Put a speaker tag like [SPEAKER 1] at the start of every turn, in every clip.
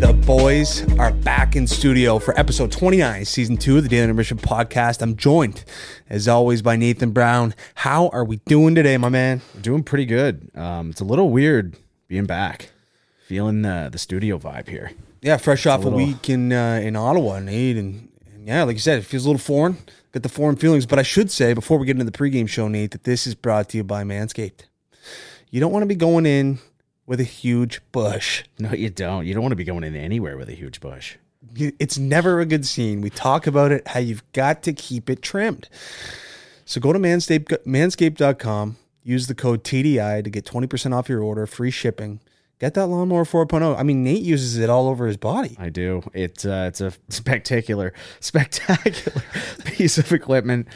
[SPEAKER 1] The boys are back in studio for episode 29, season two of the Daily Nutrition Podcast. I'm joined, as always, by Nathan Brown. How are we doing today, my man?
[SPEAKER 2] Doing pretty good. Um, it's a little weird being back, feeling the the studio vibe here.
[SPEAKER 1] Yeah, fresh off a,
[SPEAKER 2] little-
[SPEAKER 1] week in uh, in Ottawa, Nate, and, and yeah, like you said, it feels a little foreign. Got the foreign feelings, but I should say before we get into the pregame show, Nate, that this is brought to you by Manscaped. You don't want to be going in with a huge bush.
[SPEAKER 2] No, you don't. You don't want to be going in anywhere with a huge bush.
[SPEAKER 1] you- it's never a good scene. We talk about it, how you've got to keep it trimmed. So go to manscaped, manscaped.com, use the code TDI to get 20% off your order, free shipping. Get that lawnmower 4.0. I mean, Nate uses it all over his body.
[SPEAKER 2] I do. It uh, it's a spectacular, spectacular piece of equipment.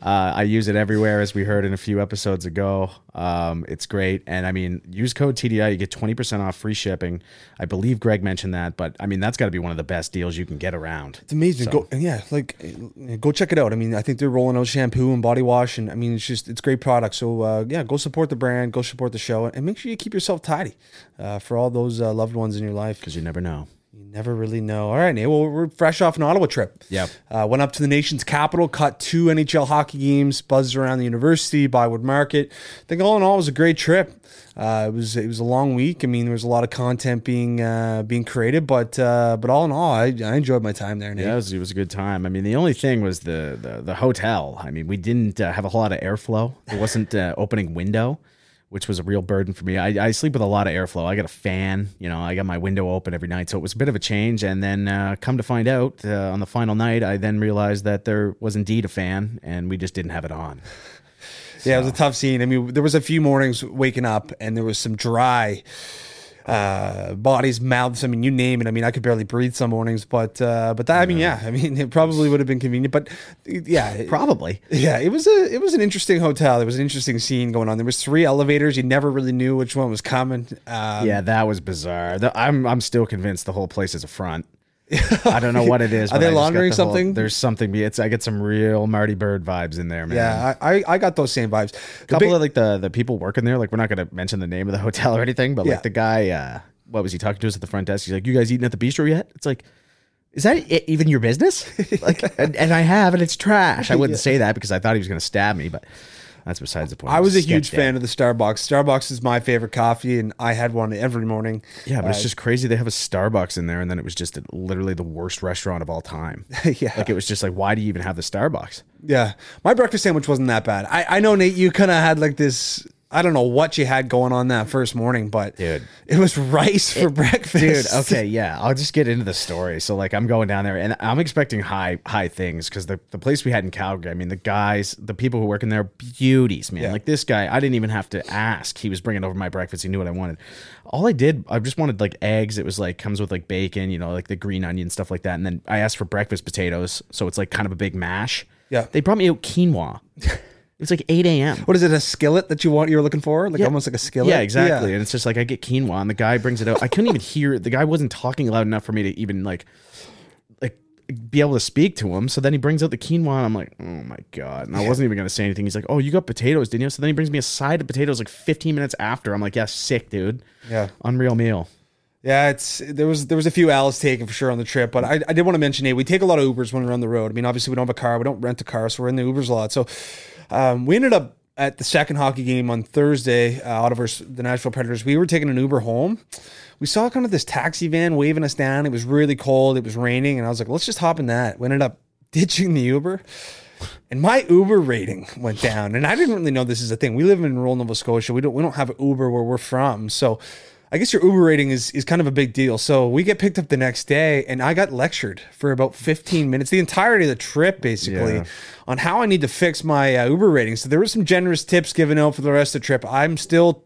[SPEAKER 2] Uh, I use it everywhere, as we heard in a few episodes ago. Um, it's great, and I mean, use code TDI. You get twenty percent off free shipping. I believe Greg mentioned that, but I mean, that's got to be one of the best deals you can get around.
[SPEAKER 1] It's amazing. Go and yeah, like uh, go check it out. I mean, I think they're rolling out shampoo and body wash, and I mean, it's just it's great product. So uh, yeah, go support the brand, go support the show, and make sure you keep yourself tidy uh, for all those uh, loved ones in your life.
[SPEAKER 2] Because you never know.
[SPEAKER 1] You never really know. All right, Nate. Well, we're fresh off an Ottawa trip.
[SPEAKER 2] Yep.
[SPEAKER 1] Uh, went up to the nation's capital, caught two NHL hockey games, buzzed around the university, Bywood Market. I think all in all, it was a great trip. Uh, it was it was a long week. I mean, there was a lot of content being uh, being created, but uh, but all in all, I, I enjoyed my time there. Nate.
[SPEAKER 2] Yeah, it was, it was a good time. I mean, the only thing was the the, the hotel. I mean, we didn't uh, have a whole lot of airflow. There wasn't uh, opening window, which was a real burden for me. I, I sleep with a lot of airflow. I got a fan, you know, I got my window open every night, so it was a bit of a change. And then, uh, come to find out, uh, on the final night, I then realized that there was indeed a fan, and we just didn't have it on.
[SPEAKER 1] Yeah, it was a tough scene. I mean, there was a few mornings waking up and there was some dry uh bodies mouths i mean you name it i mean i could barely breathe some mornings but uh but that i mean yeah i mean it probably would have been convenient but yeah it-
[SPEAKER 2] Probably.
[SPEAKER 1] yeah it was a it was an interesting hotel there was an interesting scene going on there was three elevators you never really knew which one was coming uh
[SPEAKER 2] yeah, that was bizarre. The- I'm I'm still convinced the whole place is a front. I don't know what it is.
[SPEAKER 1] Are
[SPEAKER 2] but
[SPEAKER 1] they
[SPEAKER 2] I just got
[SPEAKER 1] laundering
[SPEAKER 2] the whole-
[SPEAKER 1] something?
[SPEAKER 2] there's something. It's I get some real Marty Bird vibes in there, man.
[SPEAKER 1] yeah I, I i got those same vibes The
[SPEAKER 2] couple
[SPEAKER 1] big-
[SPEAKER 2] of like the the people working there like we're not going to mention the name of the hotel or anything but
[SPEAKER 1] Yeah.
[SPEAKER 2] like the guy uh what was he talking to us at the front desk he's like you guys eating at the bistro yet it's like is that i even your business like and, and i have and it's trash i wouldn't say that because i thought he was going to stab me but that's besides the point
[SPEAKER 1] I
[SPEAKER 2] It
[SPEAKER 1] was a huge
[SPEAKER 2] sketch day.
[SPEAKER 1] fan of the Starbucks. Starbucks is my favorite coffee, and I had one every morning.
[SPEAKER 2] yeah but it's just crazy they have a starbucks in there and then it was just literally the worst restaurant of all time
[SPEAKER 1] Yeah.
[SPEAKER 2] like it was just like why do you even have the starbucks
[SPEAKER 1] Yeah, my breakfast sandwich wasn't that bad. I, I know Nate, you kind of had like this. I don't know what you had going on that first morning, but
[SPEAKER 2] Dude.
[SPEAKER 1] it was rice for
[SPEAKER 2] dude
[SPEAKER 1] breakfast.
[SPEAKER 2] okay yeah i'll just get into the story so like i'm going down there and i'm expecting high high things because the, the place we had in calgary i mean the guys the people who work in there beauties man
[SPEAKER 1] Yeah.
[SPEAKER 2] like this guy i didn't even have to ask he was bringing over my breakfast he knew what i wanted all i did i just wanted like eggs it was like comes with like bacon you know like the green onion stuff like that and then i asked for breakfast potatoes so it's like kind of a big mash
[SPEAKER 1] Yeah.
[SPEAKER 2] they brought me out quinoa it was like 8 a.m
[SPEAKER 1] What is it? A skillet that you want? You were looking for, like
[SPEAKER 2] Yeah.
[SPEAKER 1] almost like a skillet.
[SPEAKER 2] yeah, exactly. And it's just like I get quinoa, and the guy brings it out. I couldn't even hear. The guy wasn't talking loud enough for me to even like, like be able to speak to him. So then he brings out the quinoa, and I'm like, oh my god. And I wasn't even gonna say anything. He's like, oh, you got potatoes, didn't you? So then he brings me a side of potatoes like 15 minutes after. I'm like, yeah, sick, dude.
[SPEAKER 1] Yeah.
[SPEAKER 2] unreal meal.
[SPEAKER 1] Yeah, it's there was there was a few hours taken for sure on the trip, but I, I did want to mention, hey, we take a lot of Ubers when we're on the road. I mean, obviously we don't have a car, we don't rent a car, so we're in the Ubers a lot. So um, we ended up at the second hockey game on Thursday, uh, out of our, the Nashville Predators. We were taking an Uber home. We saw kind of this taxi van waving us down. It was really cold, it was raining, and I was like, let's just hop in that. We ended up ditching the Uber. and my Uber rating went down. And I didn't really know this is a thing. We live in rural Nova Scotia. We don't we don't have Uber where we're from. So I guess your Uber rating is is kind of a big deal. So we get picked up the next day and I got lectured for about 15 minutes, the entirety of the trip basically,
[SPEAKER 2] Yeah.
[SPEAKER 1] on how I need to fix my uh, Uber rating. So there were some generous tips given out for the rest of the trip. I'm still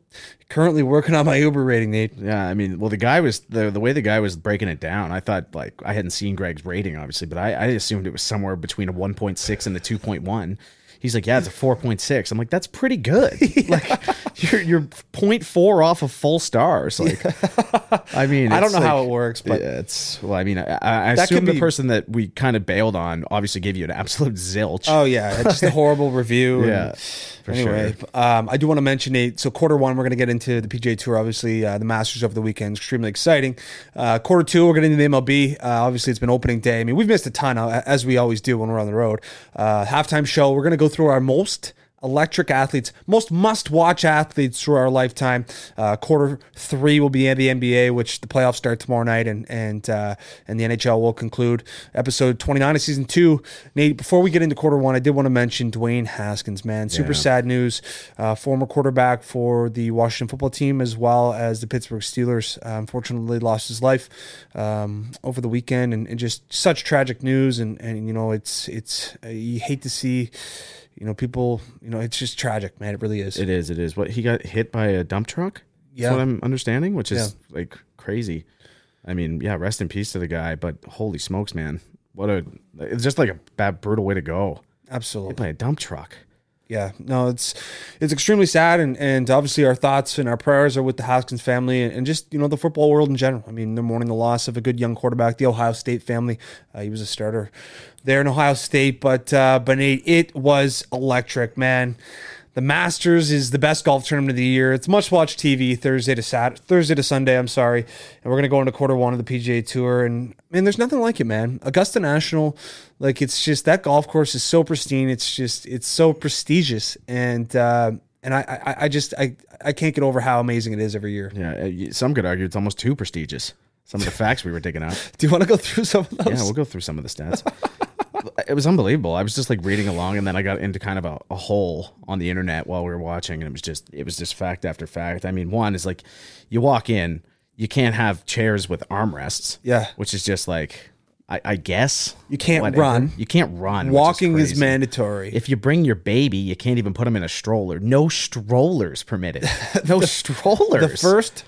[SPEAKER 1] currently working on my Uber rating, Nate.
[SPEAKER 2] Yeah, I mean, well, the guy was the the way the guy was breaking it down. I thought like I hadn't seen Greg's rating obviously, but I, I assumed it was somewhere between a one point six and a two point one. He's like, yeah, it's a four point six. I'm like, that's pretty good. Like, you're you're 0.4 off of full stars. Like, I mean,
[SPEAKER 1] I don't
[SPEAKER 2] it's
[SPEAKER 1] know how
[SPEAKER 2] like-
[SPEAKER 1] it works, but
[SPEAKER 2] yeah, it's well. I mean, I, I
[SPEAKER 1] That
[SPEAKER 2] assume
[SPEAKER 1] could
[SPEAKER 2] the
[SPEAKER 1] be-
[SPEAKER 2] person that we kind of bailed on obviously gave you an absolute zilch.
[SPEAKER 1] Oh yeah, it's just a horrible review. and-
[SPEAKER 2] Yeah, for
[SPEAKER 1] anyway, um, I do want to mention Nate. So quarter one, we're going to get into the PGA Tour. Obviously, uh, the Masters over the weekend, extremely exciting. Uh, quarter two, we're getting into the MLB. Uh, obviously, it's been opening day. I mean, we've missed a ton uh, as we always do when we're on the road. Uh, halftime show. We're going to go through our most electric athletes, most must-watch athletes through our lifetime. Uh, quarter three will be in the NBA, which the playoffs start tomorrow night, and and uh, and the NHL will conclude episode 29 of season two. Nate, before we get into quarter one, I did want to mention Dwayne Haskins, man, super sad news. Uh, former quarterback for the Washington football team as well as the Pittsburgh Steelers, uh, unfortunately lost his life um, over the weekend, and, and just such tragic news. And and you know, it's it's uh, you hate to see. You know, people. You know, it's just tragic, man. It really is.
[SPEAKER 2] It is. It is. What he got hit by a dump truck.
[SPEAKER 1] Yeah.
[SPEAKER 2] That's what I'm understanding, which is like crazy. I mean, yeah, rest in peace to the guy, but holy smokes, man. What a it's just like a bad brutal way to go.
[SPEAKER 1] Absolutely.
[SPEAKER 2] By a dump truck.
[SPEAKER 1] yeah no it's it's extremely sad and and obviously our thoughts and our prayers are with the haskins family and, and just you know the football world in general i mean they're mourning the loss of a good young quarterback the ohio state family uh, he was a starter there in ohio state but uh but Nate, it was electric man the Masters is the best golf tournament of the year. It's much watched TV Thursday to Sat Thursday to Sunday. I'm sorry, and we're gonna go into quarter one of the PGA Tour. And man, there's nothing like it, man. Augusta National, like it's just that golf course is so pristine. It's just it's so prestigious, and uh, and I, I I just I I can't get over how amazing it is every year.
[SPEAKER 2] Yeah, uh, y- some could argue it's almost too prestigious. Some of the facts we were digging up.
[SPEAKER 1] Do you want to go through some of those?
[SPEAKER 2] Yeah, we'll go through some of the stats. it was unbelievable. I was just like reading along, and then I got into kind of a, a hole on the internet while we were watching, and it was just it was just fact after fact. I mean, one is like you walk in, you can't have chairs with armrests.
[SPEAKER 1] Yeah.
[SPEAKER 2] which is just like I, I guess
[SPEAKER 1] You can't run.
[SPEAKER 2] You can't run. which
[SPEAKER 1] Walking is,
[SPEAKER 2] crazy.
[SPEAKER 1] mandatory.
[SPEAKER 2] If you bring your baby, you can't even put them in a stroller. No strollers permitted. No strollers.
[SPEAKER 1] The first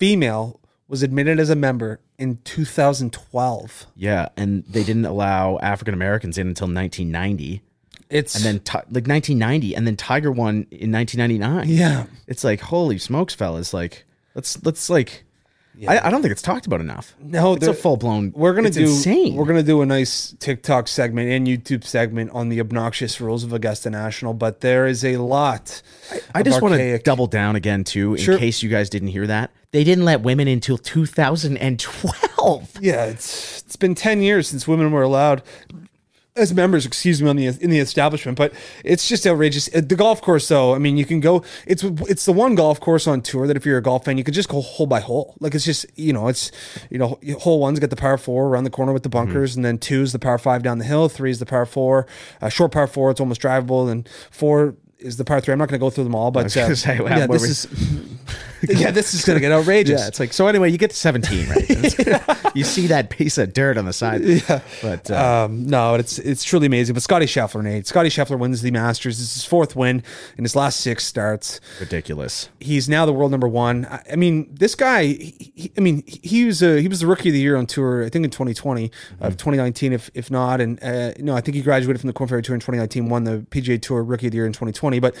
[SPEAKER 1] female was admitted as a member in 2012.
[SPEAKER 2] yeah, and they didn't allow African Americans in until 1990.
[SPEAKER 1] It's
[SPEAKER 2] and then Ti- like 1990 and then tiger won in 1999
[SPEAKER 1] Yeah.
[SPEAKER 2] it's like holy smokes fellas like let's let's like I, I don't think it's talked about enough
[SPEAKER 1] No,
[SPEAKER 2] it's a
[SPEAKER 1] there-
[SPEAKER 2] full-blown
[SPEAKER 1] We're gonna
[SPEAKER 2] it's
[SPEAKER 1] do.
[SPEAKER 2] insane
[SPEAKER 1] We're gonna do a nice TikTok segment and YouTube segment on the obnoxious rules of Augusta National, but there is a lot.
[SPEAKER 2] i just want to
[SPEAKER 1] want
[SPEAKER 2] double down again too in
[SPEAKER 1] Sure.
[SPEAKER 2] case you guys didn't hear that they didn't let women until 2012
[SPEAKER 1] Yeah, it's it's been ten years since women were allowed as members, excuse me, on the in the establishment, but it's just outrageous. Uh, The golf course, though, I mean, you can go. It's it's the one golf course on tour that if you're a golf fan, you can just go hole by hole. Like it's just you know, it's you know, hole one's got the power four around the corner with the
[SPEAKER 2] Mm-hmm.
[SPEAKER 1] bunkers, and then two's the power five down the hill, three's the power four, uh, short power four, it's almost drivable, and four. Is the power three? I'm not going to go through them all, but uh,
[SPEAKER 2] gonna say, wow,
[SPEAKER 1] yeah,
[SPEAKER 2] where
[SPEAKER 1] this
[SPEAKER 2] we-
[SPEAKER 1] is yeah, this is going to get outrageous.
[SPEAKER 2] yeah it's like so anyway you get to 17 right It's- you see that piece of dirt on the side yeah but uh,
[SPEAKER 1] Um, no, it's it's truly amazing. But Scotty Scheffler, Nate. Scotty Scheffler wins the Masters. It's his fourth win in his last six starts.
[SPEAKER 2] ridiculous
[SPEAKER 1] He's now the world number one. I, I mean, this guy. He, he- I mean, he, he was a, he was the rookie of the year on tour. I think in 2020 of 2019, if if not, and uh, no, I think he graduated from the Corn Ferry Tour in 2019, won the PGA Tour Rookie of the Year in 2020. But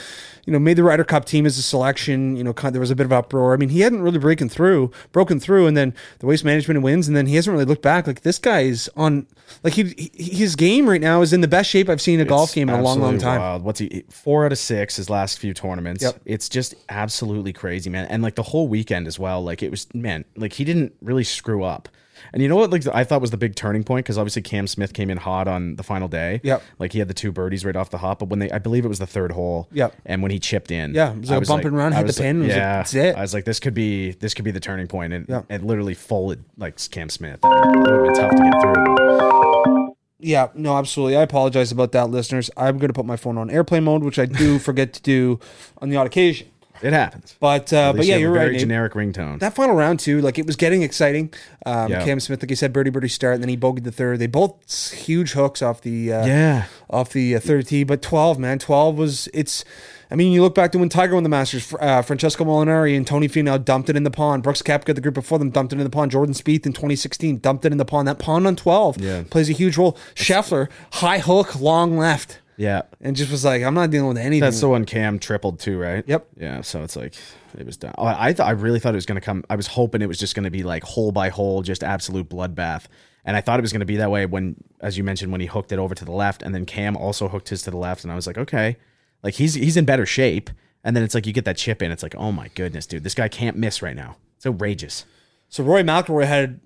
[SPEAKER 1] you know, made the Ryder Cup team as a selection. You know, kind there was a bit of uproar. I mean, he hadn't really broken through, broken through, and then the waste management wins, and then he hasn't really looked back. Like this guy is on, like he, he his game right now is in the best shape I've seen a golf
[SPEAKER 2] It's
[SPEAKER 1] game in a long, long
[SPEAKER 2] absolutely
[SPEAKER 1] time.
[SPEAKER 2] wild. What's he? Four out of six his last few tournaments. It's just absolutely crazy, man. And like the whole weekend as well. Like it was, man. Like he didn't really screw up. And you know what? Like I thought was the big turning point because obviously Cam Smith came in hot on the final day.
[SPEAKER 1] Yep.
[SPEAKER 2] Like he had the two birdies right off the hop, but when they, I believe it was the third hole.
[SPEAKER 1] Yep.
[SPEAKER 2] And when he chipped in,
[SPEAKER 1] Yeah, it was like
[SPEAKER 2] I
[SPEAKER 1] a bump and run,
[SPEAKER 2] I
[SPEAKER 1] hit the
[SPEAKER 2] was
[SPEAKER 1] pin, it was like,
[SPEAKER 2] yeah,
[SPEAKER 1] that's it.
[SPEAKER 2] I was like, this could be, this could be the turning point, and
[SPEAKER 1] Yep.
[SPEAKER 2] it literally folded like Cam Smith. It would have been tough to get through.
[SPEAKER 1] Yeah, no, absolutely. I apologize about that, listeners. I'm going to put my phone on airplane mode, which I do forget to do on the odd occasion.
[SPEAKER 2] It happens.
[SPEAKER 1] But uh, but
[SPEAKER 2] They
[SPEAKER 1] yeah,
[SPEAKER 2] have a
[SPEAKER 1] you're
[SPEAKER 2] very
[SPEAKER 1] right. Nate.
[SPEAKER 2] generic ringtone.
[SPEAKER 1] That final round too, like it was getting exciting. Um,
[SPEAKER 2] Yeah.
[SPEAKER 1] Cam Smith, like you said, birdie birdie start, and then he bogeyed the third. They both s- huge hooks off the uh,
[SPEAKER 2] yeah.
[SPEAKER 1] off the uh, third tee. But twelve, man, twelve was it's. I mean, you look back to when Tiger won the Masters. fr- Uh, Francesco Molinari and Tony Finau dumped it in the pond. Brooks Koepka, the group before them, dumped it in the pond. Jordan Spieth in 2016 dumped it in the pond. That pond on 12
[SPEAKER 2] Yeah.
[SPEAKER 1] plays a huge role. Scheffler, high hook, long left,
[SPEAKER 2] Yeah.
[SPEAKER 1] and just was like, I'm not dealing with anything.
[SPEAKER 2] That's the one Cam tripled too, right?
[SPEAKER 1] Yep.
[SPEAKER 2] Yeah. So it's like it was done. Oh, I thought I really thought it was gonna come. I was hoping it was just gonna be like hole by hole, just absolute bloodbath. And I thought it was gonna be that way when, as you mentioned, when he hooked it over to the left, and then Cam also hooked his to the left, and I was like, okay, like he's he's in better shape. And then it's like you get that chip in. It's like, oh my goodness, dude, this guy can't miss right now. It's outrageous.
[SPEAKER 1] So Roy McIlroy had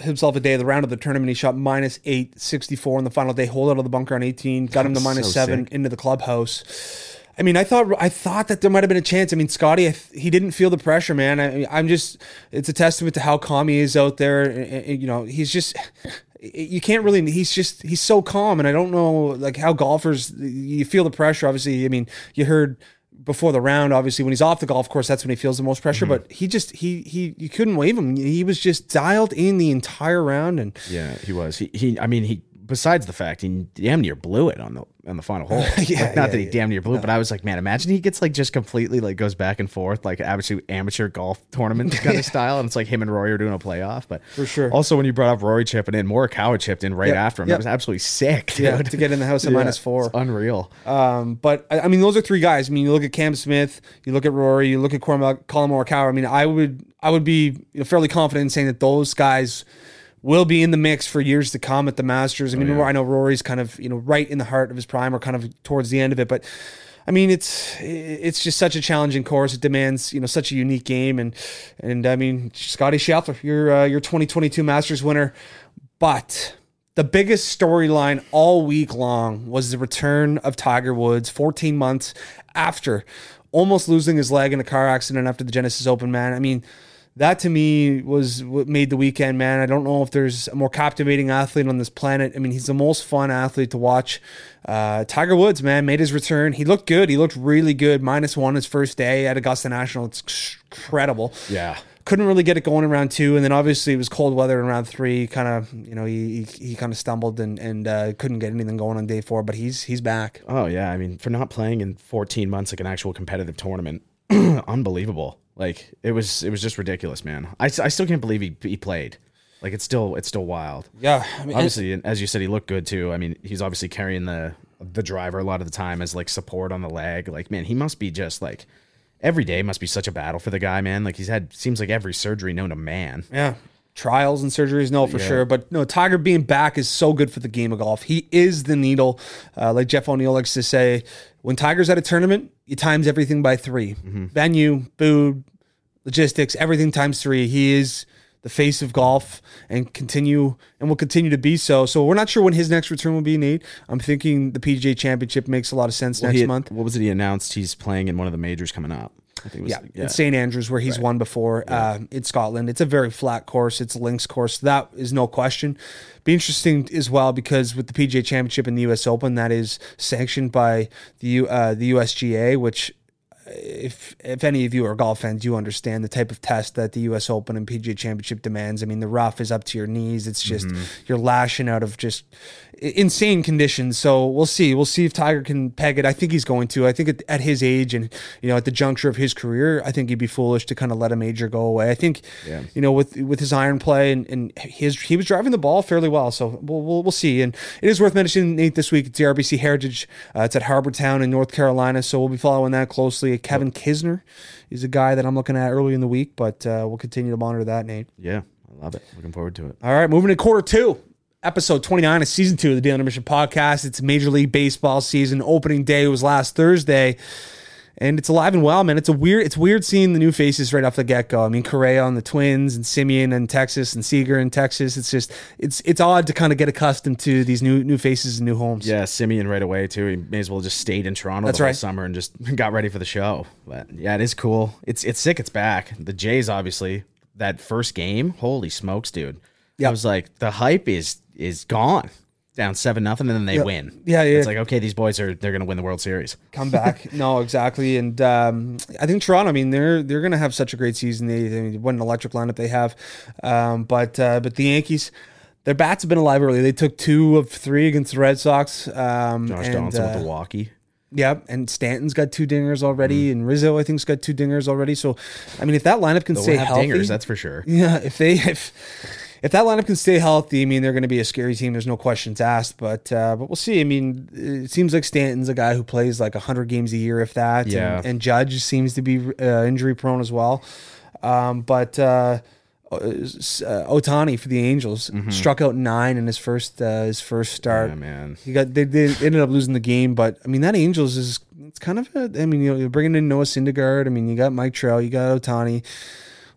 [SPEAKER 1] himself a day of the round of the tournament. He shot minus eight sixty four on the final day, hold out of the bunker on eighteen, got him to minus
[SPEAKER 2] so
[SPEAKER 1] seven
[SPEAKER 2] sick.
[SPEAKER 1] into the clubhouse. I mean, I thought I thought that there might have been a chance. I mean, Scotty, I th- he didn't feel the pressure, man. I, I'm just, it's a testament to how calm he is out there. And- and- and, you know, he's just, you can't really. He's just, he's so calm, and I don't know like how golfers you feel the pressure. Obviously, I mean, you heard before the round obviously when he's off the golf course that's when he feels the most pressure but he just he he you couldn't wave him he was just dialed in the entire round and
[SPEAKER 2] Yeah, he was. He, he I mean, he besides the fact he damn near blew it on the on the final hole.
[SPEAKER 1] Yeah,
[SPEAKER 2] Like, not
[SPEAKER 1] yeah,
[SPEAKER 2] that he damn near blew it, but I was like, man, imagine he gets like just completely like goes back and forth like absolute amateur golf tournament kind of style, and it's like him and Rory are doing a playoff. But for
[SPEAKER 1] sure.
[SPEAKER 2] Also, when you brought up Rory chipping in, Morikawa chipped in right
[SPEAKER 1] Yep,
[SPEAKER 2] after him.
[SPEAKER 1] yep.
[SPEAKER 2] That was absolutely sick, dude.
[SPEAKER 1] yeah, to get in the house at
[SPEAKER 2] Yeah,
[SPEAKER 1] minus four
[SPEAKER 2] it's unreal.
[SPEAKER 1] um but I, I mean those are three guys i mean you look at cam smith you look at rory you look at Cormac, colin morikawa i mean i would i would be you know, fairly confident in saying that those guys will be in the mix for years to come at the masters i mean i know rory's kind of you know right in the heart of his prime or kind of towards the end of it but I mean, it's it's just such a challenging course. It demands you know such a unique game, and and I mean, Scotty Scheffler, your uh, your 2022 Masters winner, but the biggest storyline all week long was the return of Tiger Woods 14 months after almost losing his leg in a car accident after the Genesis Open, man. I mean, that to me was what made the weekend, man. I don't know if there's a more captivating athlete on this planet. I mean, he's the most fun athlete to watch. Uh, Tiger Woods, man, made his return. He looked good. He looked really good. Minus one his first day at Augusta National. It's incredible
[SPEAKER 2] yeah.
[SPEAKER 1] couldn't really get it going in round two, and then obviously it was cold weather in round three. Kind of, you know, he he, he kind of stumbled and and uh, couldn't get anything going on day four. But he's he's back.
[SPEAKER 2] Oh yeah, I mean, for not playing in 14 months like an actual competitive tournament, unbelievable. Like it was, it was just ridiculous, man. I, s- I still can't believe he, he played. Like it's still, it's still wild.
[SPEAKER 1] Yeah, I mean,
[SPEAKER 2] Obviously, and as you said, he looked good too. I mean, he's obviously carrying the the driver a lot of the time as like support on the leg. Like man, he must be just like every day must be such a battle for the guy, man. Like he's had seems like every surgery known to man.
[SPEAKER 1] yeah. Trials and surgeries, no, for sure. But no, Tiger being back is so good for the game of golf. He is the needle. Uh, like Jeff O'Neill likes to say, when Tiger's at a tournament, he times everything by 3 venue, food, logistics, everything times three. He is the face of golf and continue and will continue to be so. So we're not sure when his next return will be, Nate. I'm thinking the PGA Championship makes a lot of sense next
[SPEAKER 2] He-
[SPEAKER 1] month.
[SPEAKER 2] what was it? He announced he's playing in one of the majors coming up. I think it was,
[SPEAKER 1] Yeah, it's St Andrews where he's won before uh, in Scotland. It's a very flat course. It's a links course. That is no question. Be interesting as well because with the PGA Championship and the U.S. Open, that is sanctioned by the U- uh, the USGA, which uh, if if any of you are golf fans, you understand the type of test that the U.S. Open and PGA Championship demands. I mean, the rough is up to your knees. It's just
[SPEAKER 2] Mm-hmm.
[SPEAKER 1] you're lashing out of just i- insane conditions. So we'll see. We'll see if Tiger can peg it. I think he's going to. I think at, at his age and you know at the juncture of his career, I think he'd be foolish to kind of let a major go away. I think you know with with his iron play and, and his he was driving the ball fairly well. So we'll, we'll we'll see. And it is worth mentioning Nate this week. It's the RBC Heritage. Uh, it's at Harbortown in North Carolina. So we'll be following that closely. Kevin Kisner is a guy that I'm looking at early in the week, but uh, we'll continue to monitor that, Nate.
[SPEAKER 2] yeah, I love it. Looking forward to it.
[SPEAKER 1] All right, moving to quarter two, episode 29 of season two of the Daily Intermission podcast. It's Major League Baseball season. Opening day was last Thursday. And it's alive and well, man. It's a weird, it's weird seeing the new faces right off the get go. I mean, Correa on the Twins and Simeon in Texas and Seager in Texas. It's just, it's it's odd to kind of get accustomed to these new new faces and new homes.
[SPEAKER 2] Yeah, Simeon right away too. He may as well just stayed in Toronto
[SPEAKER 1] That's
[SPEAKER 2] the whole
[SPEAKER 1] right.
[SPEAKER 2] summer and just got ready for the show. But yeah, it is cool. It's it's sick. It's back. The Jays obviously that first game. Holy smokes, dude!
[SPEAKER 1] Yeah.
[SPEAKER 2] I was like, the hype is is gone. down seven nothing, and then they win.
[SPEAKER 1] Yeah, yeah.
[SPEAKER 2] It's like okay, these boys are they're gonna win the World Series.
[SPEAKER 1] come back. no, exactly. And um, I think Toronto. I mean, they're they're going to have such a great season. They, they what an electric lineup they have. Um, but uh, but the Yankees, their bats have been alive early. They took two of three against the Red Sox. Um,
[SPEAKER 2] Josh
[SPEAKER 1] and,
[SPEAKER 2] Donaldson
[SPEAKER 1] uh,
[SPEAKER 2] with the walkie.
[SPEAKER 1] Yep, and Stanton's got two dingers already,
[SPEAKER 2] Mm.
[SPEAKER 1] and Rizzo I think's got two dingers already. So, I mean, if that lineup can
[SPEAKER 2] They'll
[SPEAKER 1] stay
[SPEAKER 2] have
[SPEAKER 1] healthy,
[SPEAKER 2] dingers, that's for sure.
[SPEAKER 1] yeah, if they if if that lineup can stay healthy, I mean, they're going to be a scary team. There's no questions asked. But uh, but we'll see. I mean, it seems like Stanton's a guy who plays like 100 games a year, if that. and-
[SPEAKER 2] Yeah.
[SPEAKER 1] And, Judge seems to be uh, injury prone as well. Um, but. Uh, Otani for the Angels struck out nine in his first uh, his first start.
[SPEAKER 2] Yeah, man.
[SPEAKER 1] He got they, they ended up losing the game, but I mean that Angels is it's kind of a I mean you know, you're bringing in Noah Syndergaard. I mean you got Mike Trout, you got Otani.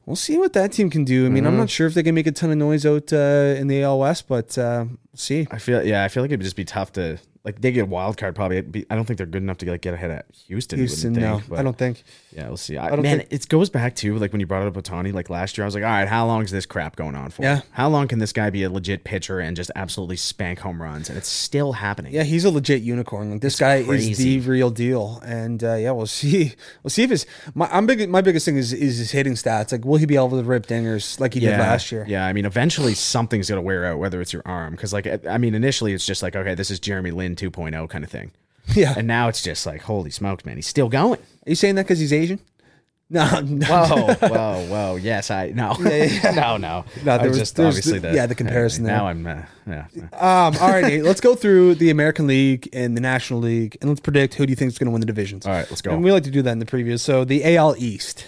[SPEAKER 1] We'll see what that team can do. I
[SPEAKER 2] Mm-hmm.
[SPEAKER 1] mean I'm not sure if they can make a ton of noise out uh, in the AL West, but uh, we'll see.
[SPEAKER 2] I feel yeah, I feel like it'd just be tough to like they get a wild card probably. It'd Be, I don't think they're good enough to like get ahead of Houston. you wouldn't
[SPEAKER 1] Houston,
[SPEAKER 2] think,
[SPEAKER 1] no,
[SPEAKER 2] but-
[SPEAKER 1] I don't think.
[SPEAKER 2] Yeah, we'll see. I,
[SPEAKER 1] don't
[SPEAKER 2] man,
[SPEAKER 1] think-
[SPEAKER 2] it goes back to like when you brought up Otani like last year. I was like, all right, how long is this crap going on for?
[SPEAKER 1] Yeah.
[SPEAKER 2] How long can this guy be a legit pitcher and just absolutely spank home runs? And it's still happening.
[SPEAKER 1] Yeah, he's a legit unicorn. Like this guy is
[SPEAKER 2] crazy.
[SPEAKER 1] the real deal, and uh, yeah, we'll see. We'll see if his my I'm big. My biggest thing is is his hitting stats. Like, will he be able to rip dingers like he did last year?
[SPEAKER 2] Yeah, I mean, eventually something's gonna wear out, whether it's your arm, because like, I- I mean, initially it's just like, okay, this is Jeremy Lin 2.0 kind of thing,
[SPEAKER 1] yeah.
[SPEAKER 2] and now it's just like, holy smokes, man, he's still going.
[SPEAKER 1] Are you saying that because he's Asian? No, no.
[SPEAKER 2] Whoa, whoa, whoa! Yes, I no, no, no,
[SPEAKER 1] No, there
[SPEAKER 2] I was
[SPEAKER 1] was-
[SPEAKER 2] just
[SPEAKER 1] there's
[SPEAKER 2] obviously
[SPEAKER 1] the-
[SPEAKER 2] the,
[SPEAKER 1] yeah, the comparison
[SPEAKER 2] Now I'm, uh, yeah,
[SPEAKER 1] Um, all right, Nate, let's go through the American League and the National League, and let's predict who do you think is going to win the divisions.
[SPEAKER 2] All right, let's go.
[SPEAKER 1] And we like to do that in the previews. So the AL East,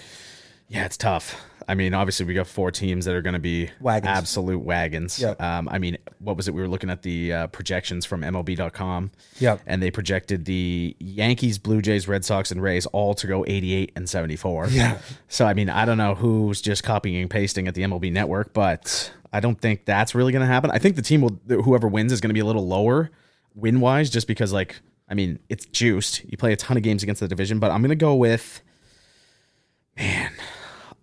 [SPEAKER 2] Yeah, it's tough. I mean, obviously, we got four teams that are going to be
[SPEAKER 1] Wagons.
[SPEAKER 2] absolute wagons.
[SPEAKER 1] Yep.
[SPEAKER 2] Um, I mean, what was it? We were looking at the uh, projections from MLB.com.
[SPEAKER 1] Yep.
[SPEAKER 2] And they projected the Yankees, Blue Jays, Red Sox, and Rays all to go 88 and 74.
[SPEAKER 1] Yeah.
[SPEAKER 2] So, I mean, I don't know who's just copying and pasting at the MLB network, but I don't think that's really going to happen. I think the team will, whoever wins, is going to be a little lower win wise, just because, like, I mean, it's juiced. You play a ton of games against the division, but I'm going to go with.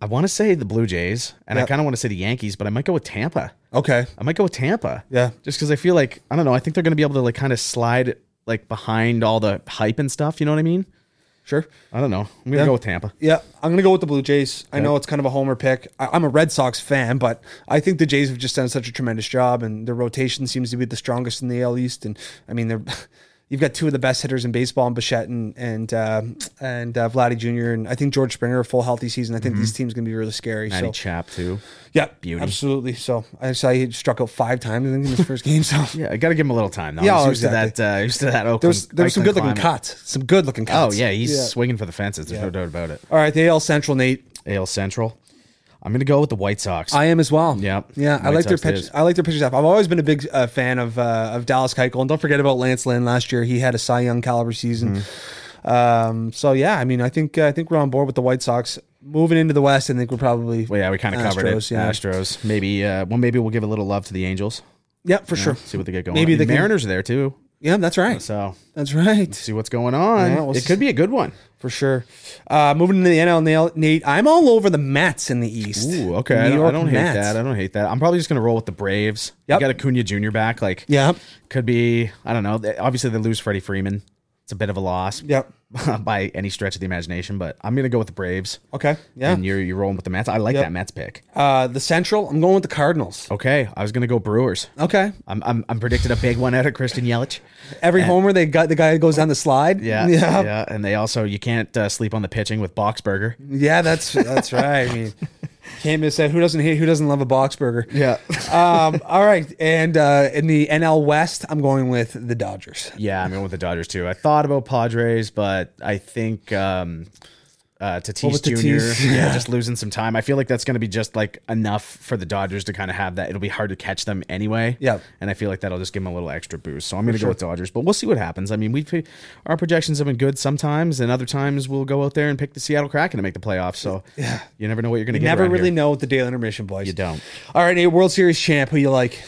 [SPEAKER 2] I want to say the Blue Jays, and I
[SPEAKER 1] Yeah.
[SPEAKER 2] kind of want to say the Yankees, but I might go with Tampa.
[SPEAKER 1] okay,
[SPEAKER 2] I might go with Tampa.
[SPEAKER 1] Yeah.
[SPEAKER 2] Just because I feel like, I don't know, I think they're going to be able to like kind of slide like behind all the hype and stuff. You know what I mean?
[SPEAKER 1] sure.
[SPEAKER 2] I don't know. I'm going to go with Tampa.
[SPEAKER 1] Yeah, I'm going to go with the Blue Jays. I know it's kind of a homer pick. I, I'm a Red Sox fan, but I think the Jays have just done such a tremendous job, and their rotation seems to be the strongest in the AL East. And I mean, they're. You've got two of the best hitters in baseball, in Bichette and and uh, and uh, Vladdy Jr. and I think George Springer a full healthy season. I think these teams going to be really scary.
[SPEAKER 2] Mm-hmm. Matty
[SPEAKER 1] so
[SPEAKER 2] Chap, too.
[SPEAKER 1] Yeah,
[SPEAKER 2] Beauty.
[SPEAKER 1] absolutely. So I saw he struck out five times I think, in his first game. So
[SPEAKER 2] Yeah, I got to give him a little time, though.
[SPEAKER 1] Yeah,
[SPEAKER 2] he's
[SPEAKER 1] oh,
[SPEAKER 2] used to that, uh, used to that Oakland.
[SPEAKER 1] there was there was some good
[SPEAKER 2] Oakland
[SPEAKER 1] looking
[SPEAKER 2] climate.
[SPEAKER 1] cuts, some good looking cuts.
[SPEAKER 2] Oh, yeah. He's
[SPEAKER 1] Yeah.
[SPEAKER 2] swinging for the fences. There's no doubt about it.
[SPEAKER 1] All right, the AL Central, Nate.
[SPEAKER 2] AL Central. I'm going to go with the White Sox.
[SPEAKER 1] I am as well.
[SPEAKER 2] Yep.
[SPEAKER 1] Yeah, I
[SPEAKER 2] White
[SPEAKER 1] like their
[SPEAKER 2] Sox it
[SPEAKER 1] pitch.
[SPEAKER 2] is.
[SPEAKER 1] I like their pitching staff. I've always been a big uh, fan of uh, of Dallas Keuchel, and don't forget about Lance Lynn last year. He had a Cy Young caliber season.
[SPEAKER 2] Mm-hmm.
[SPEAKER 1] Um, so yeah, I mean, I think uh, I think we're on board with the White Sox moving into the West. I think we're probably
[SPEAKER 2] well, yeah, we kind of covered it.
[SPEAKER 1] Astros, yeah.
[SPEAKER 2] Astros. Maybe, uh, well, maybe we'll give a little love to the Angels.
[SPEAKER 1] yeah for sure.
[SPEAKER 2] See what they get going.
[SPEAKER 1] Maybe
[SPEAKER 2] Maybe the
[SPEAKER 1] they can-
[SPEAKER 2] Mariners are there, too.
[SPEAKER 1] Yeah, that's right.
[SPEAKER 2] So
[SPEAKER 1] That's right.
[SPEAKER 2] see what's going on.
[SPEAKER 1] Yeah, we'll
[SPEAKER 2] it could be a good one.
[SPEAKER 1] for sure. Uh, moving to the NL, Nate- Nate, I'm all over the Mets in the East.
[SPEAKER 2] Ooh, okay.
[SPEAKER 1] New
[SPEAKER 2] I don't, I
[SPEAKER 1] York
[SPEAKER 2] don't hate
[SPEAKER 1] Mets.
[SPEAKER 2] that. I don't hate that. I'm probably just gonna roll with the Braves.
[SPEAKER 1] Yep.
[SPEAKER 2] You got Acuna Jr. back. Like,
[SPEAKER 1] Yep.
[SPEAKER 2] could be. I don't know. They- Obviously, they lose Freddie Freeman. It's a bit of a loss.
[SPEAKER 1] Yep.
[SPEAKER 2] by any stretch of the imagination, but I'm gonna go with the Braves.
[SPEAKER 1] Okay. Yeah.
[SPEAKER 2] And you're you're rolling with the Mets. I like
[SPEAKER 1] Yep.
[SPEAKER 2] that Mets pick.
[SPEAKER 1] Uh, the Central, I'm going with the Cardinals.
[SPEAKER 2] Okay, I was gonna go Brewers.
[SPEAKER 1] Okay.
[SPEAKER 2] I'm I'm, I'm predicting a big one out of Christian Yelich.
[SPEAKER 1] Every homer they got the guy that goes down the slide.
[SPEAKER 2] Yeah,
[SPEAKER 1] Yeah.
[SPEAKER 2] yeah, and they also you can't uh, sleep on the pitching with Boxberger.
[SPEAKER 1] Yeah, that's that's right. I mean, can't miss that. Who doesn't hate? Who doesn't love a box burger?
[SPEAKER 2] Yeah,
[SPEAKER 1] Um, all right, and uh, in the NL West, I'm going with the Dodgers.
[SPEAKER 2] Yeah, I'm going with the Dodgers too. I thought about Padres, but I think um, uh, Tatis
[SPEAKER 1] with
[SPEAKER 2] Jr.
[SPEAKER 1] Tatis?
[SPEAKER 2] Yeah, just losing some time. I feel like that's going to be just like enough for the Dodgers to kind of have that. It'll be hard to catch them anyway.
[SPEAKER 1] Yep.
[SPEAKER 2] and I feel like that'll just give them a little extra boost. So I'm going to go with Dodgers, but we'll see what happens. I mean, we have our projections have been good sometimes, and other times we'll go out there and pick the Seattle Kraken to make the playoffs. So yeah, you never know what you're going to get.
[SPEAKER 1] Never
[SPEAKER 2] around
[SPEAKER 1] really
[SPEAKER 2] here.
[SPEAKER 1] know with the daily intermission, boys.
[SPEAKER 2] You don't.
[SPEAKER 1] All right, Nate, World Series champ, who you like?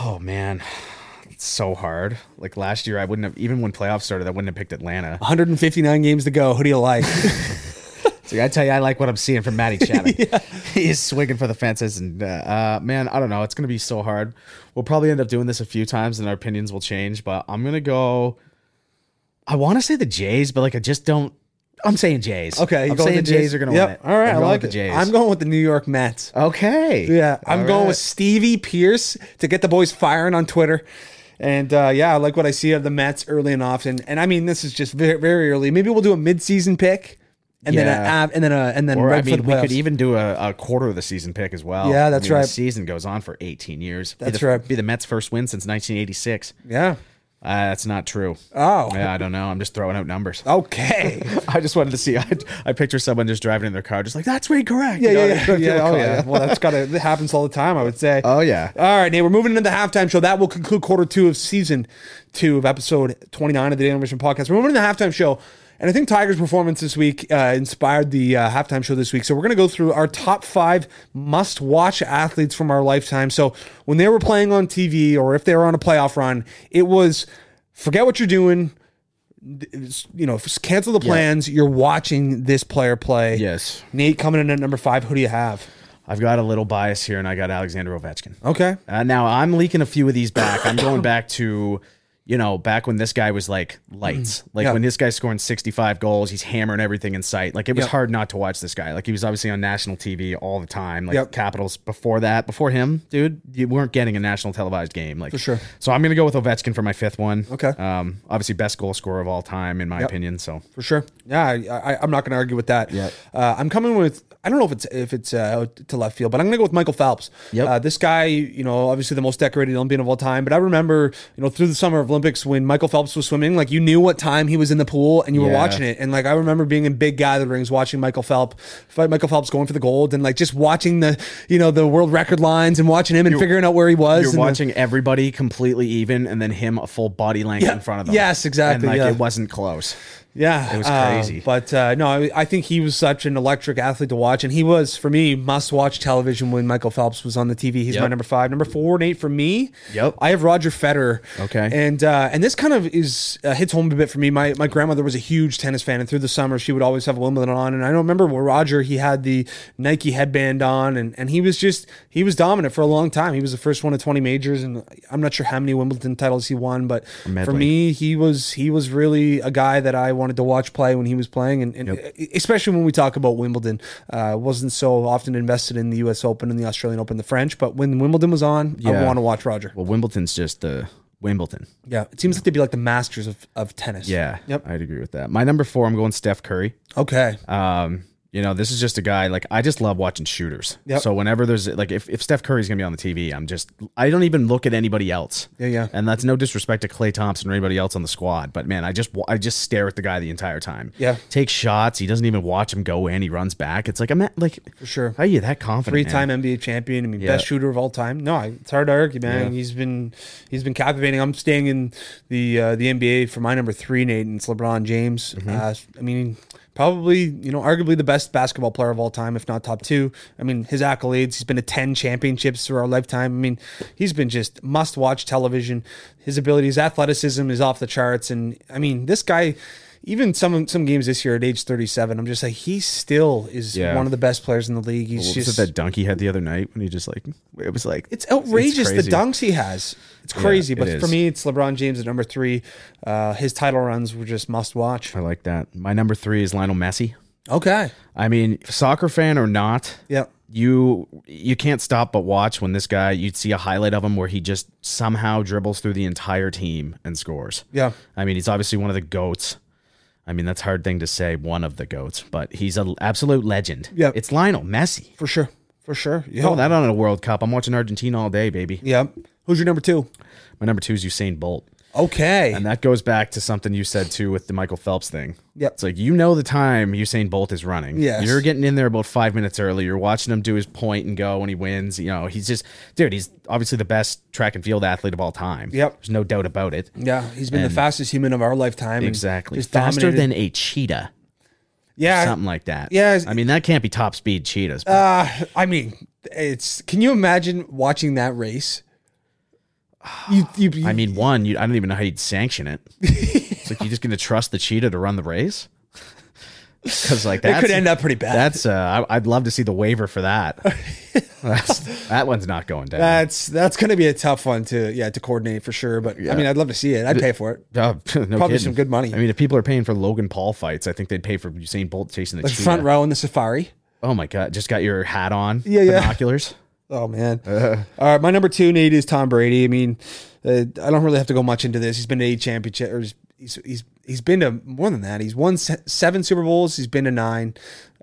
[SPEAKER 2] Oh man. It's so hard. Like last year, I wouldn't have even when playoffs started, I wouldn't have picked Atlanta.
[SPEAKER 1] 159 games to go. Who do you like?
[SPEAKER 2] Dude, I tell you, I like what I'm seeing from Matty Chadwick. He's swinging for the fences, and uh, uh, man, I don't know. It's gonna be so hard. We'll probably end up doing this a few times, and our opinions will change. But I'm gonna go. I want to say the Jays, but like I just don't. I'm saying Jays.
[SPEAKER 1] Okay, you
[SPEAKER 2] I'm
[SPEAKER 1] go with
[SPEAKER 2] saying
[SPEAKER 1] the
[SPEAKER 2] Jays. are gonna
[SPEAKER 1] Yep,
[SPEAKER 2] win it.
[SPEAKER 1] All right,
[SPEAKER 2] I'm
[SPEAKER 1] I
[SPEAKER 2] going
[SPEAKER 1] like
[SPEAKER 2] with
[SPEAKER 1] it. I'm going with the New York Mets.
[SPEAKER 2] Okay.
[SPEAKER 1] Yeah, I'm
[SPEAKER 2] All
[SPEAKER 1] going
[SPEAKER 2] right.
[SPEAKER 1] with Stevie Pierce to get the boys firing on Twitter. And uh, yeah, I like what I see of the Mets early and often. And I mean, this is just very, very early. Maybe we'll do a mid-season pick, and then
[SPEAKER 2] Yeah.
[SPEAKER 1] a, av- and then a, and then
[SPEAKER 2] Or
[SPEAKER 1] right
[SPEAKER 2] I mean,
[SPEAKER 1] for the
[SPEAKER 2] we
[SPEAKER 1] playoffs.
[SPEAKER 2] could even do a, a quarter of the season pick as well.
[SPEAKER 1] Yeah,
[SPEAKER 2] I
[SPEAKER 1] that's
[SPEAKER 2] mean, the
[SPEAKER 1] right.
[SPEAKER 2] season goes on for 18 years. Be
[SPEAKER 1] That's
[SPEAKER 2] the-
[SPEAKER 1] right.
[SPEAKER 2] Be the Mets' first win since 1986.
[SPEAKER 1] yeah.
[SPEAKER 2] Uh, that's not true.
[SPEAKER 1] Oh.
[SPEAKER 2] yeah, I don't know. I'm just throwing out numbers.
[SPEAKER 1] Okay.
[SPEAKER 2] I just wanted to see. I, I picture someone just driving in their car, just like that's way correct.
[SPEAKER 1] Yeah,
[SPEAKER 2] you know,
[SPEAKER 1] yeah, yeah.
[SPEAKER 2] they feel
[SPEAKER 1] yeah oh,
[SPEAKER 2] caught,
[SPEAKER 1] yeah. Well, that's gotta. It happens all the time. I would say.
[SPEAKER 2] Oh, yeah.
[SPEAKER 1] All right, Nate. We're moving into the halftime show. That will conclude quarter two of season two of episode twenty nine of the Daily Mission podcast. We're moving to the halftime show, and I think Tiger's performance this week uh, inspired the uh, halftime show this week. So we're gonna go through our top five must watch athletes from our lifetime. So when they were playing on TV or if they were on a playoff run, it was forget what you're doing. It's, You know, cancel the plans. You're watching this player play.
[SPEAKER 2] Yes.
[SPEAKER 1] Nate coming in at number five. Who do you have?
[SPEAKER 2] I've got a little bias here, and I got Alexander Ovechkin.
[SPEAKER 1] Okay.
[SPEAKER 2] Uh, now I'm leaking a few of these back. I'm going back to, you know, back when this guy was like lights. Like
[SPEAKER 1] Mm-hmm. Yeah.
[SPEAKER 2] when this guy's scoring 65 goals, he's hammering everything in sight. Like it was
[SPEAKER 1] Yep.
[SPEAKER 2] hard not to watch this guy. Like he was obviously on national TV all the time. Like
[SPEAKER 1] Yep.
[SPEAKER 2] Capitals before that, before him, dude, you weren't getting a national televised game. Like for
[SPEAKER 1] sure.
[SPEAKER 2] So I'm gonna go with Ovechkin for my fifth one.
[SPEAKER 1] Okay.
[SPEAKER 2] Um, obviously best goal scorer of all time in my
[SPEAKER 1] Yep.
[SPEAKER 2] opinion. So
[SPEAKER 1] for sure. Yeah, I, I, I'm not going to argue with that.
[SPEAKER 2] Yeah.
[SPEAKER 1] Uh, I'm coming with. I don't know if it's if it's uh, out to left field, but I'm going to go with Michael Phelps.
[SPEAKER 2] Yep.
[SPEAKER 1] Uh, this guy, you know, obviously the most decorated Olympian of all time. But I remember, you know, through the summer of Olympics when Michael Phelps was swimming, like you knew what time he was in the pool and you were
[SPEAKER 2] Yeah.
[SPEAKER 1] watching it. And like I remember being in big gatherings watching Michael Phelps fight Michael Phelps going for the gold and like just watching the you know the world record lines and watching him and figuring out where he was.
[SPEAKER 2] you're
[SPEAKER 1] and the-
[SPEAKER 2] watching everybody completely even and then him a full body length
[SPEAKER 1] Yeah.
[SPEAKER 2] in front of them.
[SPEAKER 1] Yes, exactly,
[SPEAKER 2] And like
[SPEAKER 1] yeah.
[SPEAKER 2] it wasn't close.
[SPEAKER 1] Yeah,
[SPEAKER 2] It was
[SPEAKER 1] uh,
[SPEAKER 2] crazy.
[SPEAKER 1] but uh, no, I, I think he was such an electric athlete to watch, and he was for me must-watch television when Michael Phelps was on the TV. He's my
[SPEAKER 2] Yep.
[SPEAKER 1] number five, number four, Nate for me.
[SPEAKER 2] Yep.
[SPEAKER 1] I have Roger Federer.
[SPEAKER 2] Okay.
[SPEAKER 1] and uh, and this kind of is uh, hits home a bit for me. My my grandmother was a huge tennis fan, and through the summer she would always have Wimbledon on, and I don't remember where Roger he had the Nike headband on, and and he was just he was dominant for a long time. He was the first one to twenty majors, and I'm not sure how many Wimbledon titles he won, but for
[SPEAKER 2] medley.
[SPEAKER 1] me me, he was he was really a guy that I wanted to watch play when he was playing, and, and especially when we talk about Wimbledon, uh, wasn't so often invested in the U.S. Open and the Australian Open, the French, but when Wimbledon was on, I
[SPEAKER 2] Yeah.
[SPEAKER 1] want to watch Roger.
[SPEAKER 2] Well, Wimbledon's just the Wimbledon.
[SPEAKER 1] Yeah, it seems like they'd be like the masters of, of tennis.
[SPEAKER 2] Yeah.
[SPEAKER 1] Yep.
[SPEAKER 2] I'd agree with that. My number four, I'm going Steph Curry.
[SPEAKER 1] Okay.
[SPEAKER 2] Um, you know, this is just a guy like I just love watching shooters.
[SPEAKER 1] Yep.
[SPEAKER 2] So whenever there's like if, if Steph Curry's gonna be on the TV, I'm just I don't even look at anybody else.
[SPEAKER 1] Yeah, yeah.
[SPEAKER 2] And that's no disrespect to Clay Thompson or anybody else on the squad, but man, I just wa- I just stare at the guy the entire time.
[SPEAKER 1] Yeah.
[SPEAKER 2] Takes shots. He doesn't even watch him go in. He runs back. It's like I'm at, like for
[SPEAKER 1] sure.
[SPEAKER 2] How are you that confident? man?
[SPEAKER 1] Three-time NBA champion. I mean, best shooter of all time. No, I- it's hard to argue, man. He's been he's been captivating. I'm staying in the uh, the NBA for my number three, Nate, and it's LeBron James.
[SPEAKER 2] Mm-hmm.
[SPEAKER 1] Uh, I mean, probably you know, arguably the best basketball player of all time, if not top two. I mean, his accolades. He's been to ten championships through our lifetime. I mean, he's been just must-watch television. His ability, his athleticism is off the charts, and I mean, this guy. Even some some games this year at age 37, I'm just like he still is
[SPEAKER 2] Yeah.
[SPEAKER 1] one of the best players in the league. He's
[SPEAKER 2] What was
[SPEAKER 1] just
[SPEAKER 2] it that dunk he had the other night when he just like it was like
[SPEAKER 1] it's outrageous
[SPEAKER 2] crazy.
[SPEAKER 1] the dunks he has. It's crazy,
[SPEAKER 2] it
[SPEAKER 1] but
[SPEAKER 2] is.
[SPEAKER 1] for me, it's LeBron James at number three. Uh, his title runs were just must watch.
[SPEAKER 2] I like that. My number three is Lionel Messi.
[SPEAKER 1] Okay.
[SPEAKER 2] I mean, soccer fan or not,
[SPEAKER 1] Yeah.
[SPEAKER 2] you you can't stop but watch when this guy you'd see a highlight of him where he just somehow dribbles through the entire team and scores.
[SPEAKER 1] Yeah.
[SPEAKER 2] I mean, he's obviously one of the goats. I mean, that's a hard thing to say, one of the goats, but he's an absolute legend.
[SPEAKER 1] Yeah.
[SPEAKER 2] It's Lionel Messi.
[SPEAKER 1] For sure. For sure. Yeah.
[SPEAKER 2] Throw that on a World Cup. I'm watching Argentina all day, baby.
[SPEAKER 1] yeah. Who's your number two?
[SPEAKER 2] My number two is Usain Bolt.
[SPEAKER 1] Okay.
[SPEAKER 2] And that goes back to something you said too with the Michael Phelps thing.
[SPEAKER 1] Yep.
[SPEAKER 2] It's like you know the time Usain Bolt is running.
[SPEAKER 1] Yes.
[SPEAKER 2] You're getting in there about five minutes early. You're watching him do his point and go when he wins. You know, he's just dude, he's obviously the best track and field athlete of all time.
[SPEAKER 1] Yep.
[SPEAKER 2] There's no doubt about it.
[SPEAKER 1] Yeah. He's been the fastest human of our lifetime. and
[SPEAKER 2] Exactly.
[SPEAKER 1] Just
[SPEAKER 2] Faster
[SPEAKER 1] dominated.
[SPEAKER 2] than a cheetah.
[SPEAKER 1] yeah.
[SPEAKER 2] something like that.
[SPEAKER 1] yeah.
[SPEAKER 2] I mean, that can't be top speed cheetahs. but-
[SPEAKER 1] Uh, I mean, it's. Can you imagine watching that race? You, you, you
[SPEAKER 2] I mean, one, you, I don't even know how you'd sanction it. it's like you're just gonna trust the cheetah to run the race. Because like
[SPEAKER 1] It
[SPEAKER 2] that
[SPEAKER 1] could end up pretty bad.
[SPEAKER 2] That's uh, I, I'd love to see the waiver for that. That's, that one's not going down.
[SPEAKER 1] That's that's going to be a tough one to yeah to coordinate for sure. But I mean, I'd love to see it. I'd pay for it.
[SPEAKER 2] Oh, no
[SPEAKER 1] Probably
[SPEAKER 2] kidding.
[SPEAKER 1] some good money.
[SPEAKER 2] I mean, if people are paying for Logan Paul fights, I think they'd pay for Usain Bolt chasing the
[SPEAKER 1] Like
[SPEAKER 2] cheetah.
[SPEAKER 1] front row in the safari.
[SPEAKER 2] Oh my god! Just got your hat on.
[SPEAKER 1] Yeah, yeah.
[SPEAKER 2] Binoculars.
[SPEAKER 1] Oh man!
[SPEAKER 2] Uh-huh.
[SPEAKER 1] All right, my number two Nate is Tom Brady. I mean, uh, I don't really have to go much into this. He's been to eight championship, or he's he's he's, he's been to more than that. He's won se- seven Super Bowls. He's been to nine.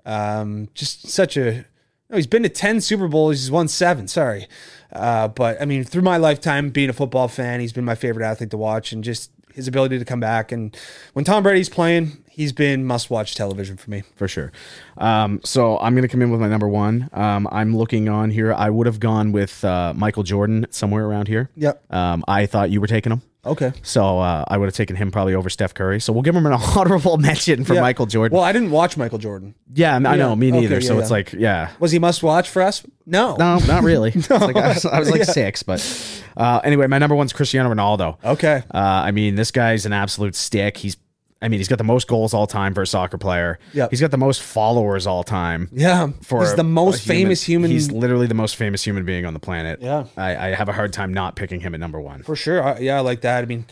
[SPEAKER 1] Um, just such a no. He's been to ten Super Bowls. He's won seven. Sorry, uh, but I mean, through my lifetime being a football fan, he's been my favorite athlete to watch, and just his ability to come back. And when Tom Brady's playing, he's been must-watch television for me.
[SPEAKER 2] for sure. Um, so I'm going to come in with my number one. Um, I'm looking on here. I would have gone with uh, Michael Jordan somewhere around here.
[SPEAKER 1] Yep.
[SPEAKER 2] Um, I thought you were taking him.
[SPEAKER 1] Okay.
[SPEAKER 2] So uh, I would have taken him probably over Steph Curry. So we'll give him an honorable mention for
[SPEAKER 1] Yeah.
[SPEAKER 2] Michael Jordan.
[SPEAKER 1] Well, I didn't watch Michael Jordan.
[SPEAKER 2] yeah, I know. Me
[SPEAKER 1] Okay,
[SPEAKER 2] neither. so
[SPEAKER 1] yeah,
[SPEAKER 2] it's
[SPEAKER 1] yeah.
[SPEAKER 2] like, yeah.
[SPEAKER 1] Was he must watch for us? No.
[SPEAKER 2] No, not really. It's like, I, was, I was like six, but uh, anyway, my number one's Cristiano Ronaldo.
[SPEAKER 1] Okay.
[SPEAKER 2] Uh, I mean, this guy's an absolute stick. He's, I mean, he's got the most goals all time for a soccer player.
[SPEAKER 1] Yep.
[SPEAKER 2] He's got the most followers all time.
[SPEAKER 1] Yeah.
[SPEAKER 2] For
[SPEAKER 1] he's
[SPEAKER 2] a-
[SPEAKER 1] the most
[SPEAKER 2] a human-
[SPEAKER 1] famous human
[SPEAKER 2] He's literally the most famous human being on the planet.
[SPEAKER 1] Yeah.
[SPEAKER 2] I, I have a hard time not picking him at number one.
[SPEAKER 1] for sure. I, yeah, I like that. I mean,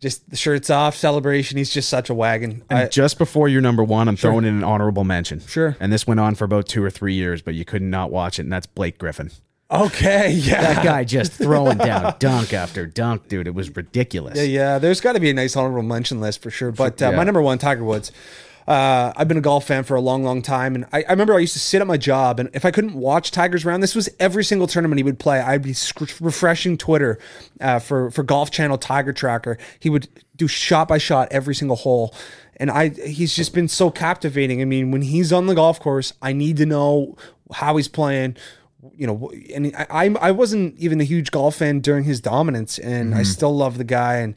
[SPEAKER 1] just the shirts off celebration. He's just such a wagon. I,
[SPEAKER 2] Just before your number one, I'm throwing in an honorable mention.
[SPEAKER 1] Sure.
[SPEAKER 2] And this went on for about two or three years, but you could not watch it, and that's Blake Griffin.
[SPEAKER 1] okay. Yeah.
[SPEAKER 2] That guy just throwing down dunk after dunk, dude. It was ridiculous.
[SPEAKER 1] Yeah, there's got to be a nice honorable mention list for sure. But uh,
[SPEAKER 2] yeah.
[SPEAKER 1] my number one, Tiger Woods. Uh, I've been a golf fan for a long, long time, and I, I remember I used to sit at my job, and if I couldn't watch Tiger's round, this was every single tournament he would play. I'd be sc- refreshing Twitter uh, for for Golf Channel Tiger Tracker. He would do shot by shot every single hole, and I he's just been so captivating. I mean, when he's on the golf course, I need to know how he's playing, you know, and I I'm- I wasn't even a huge golf fan during his dominance, and
[SPEAKER 2] Mm-hmm.
[SPEAKER 1] I still love the guy. And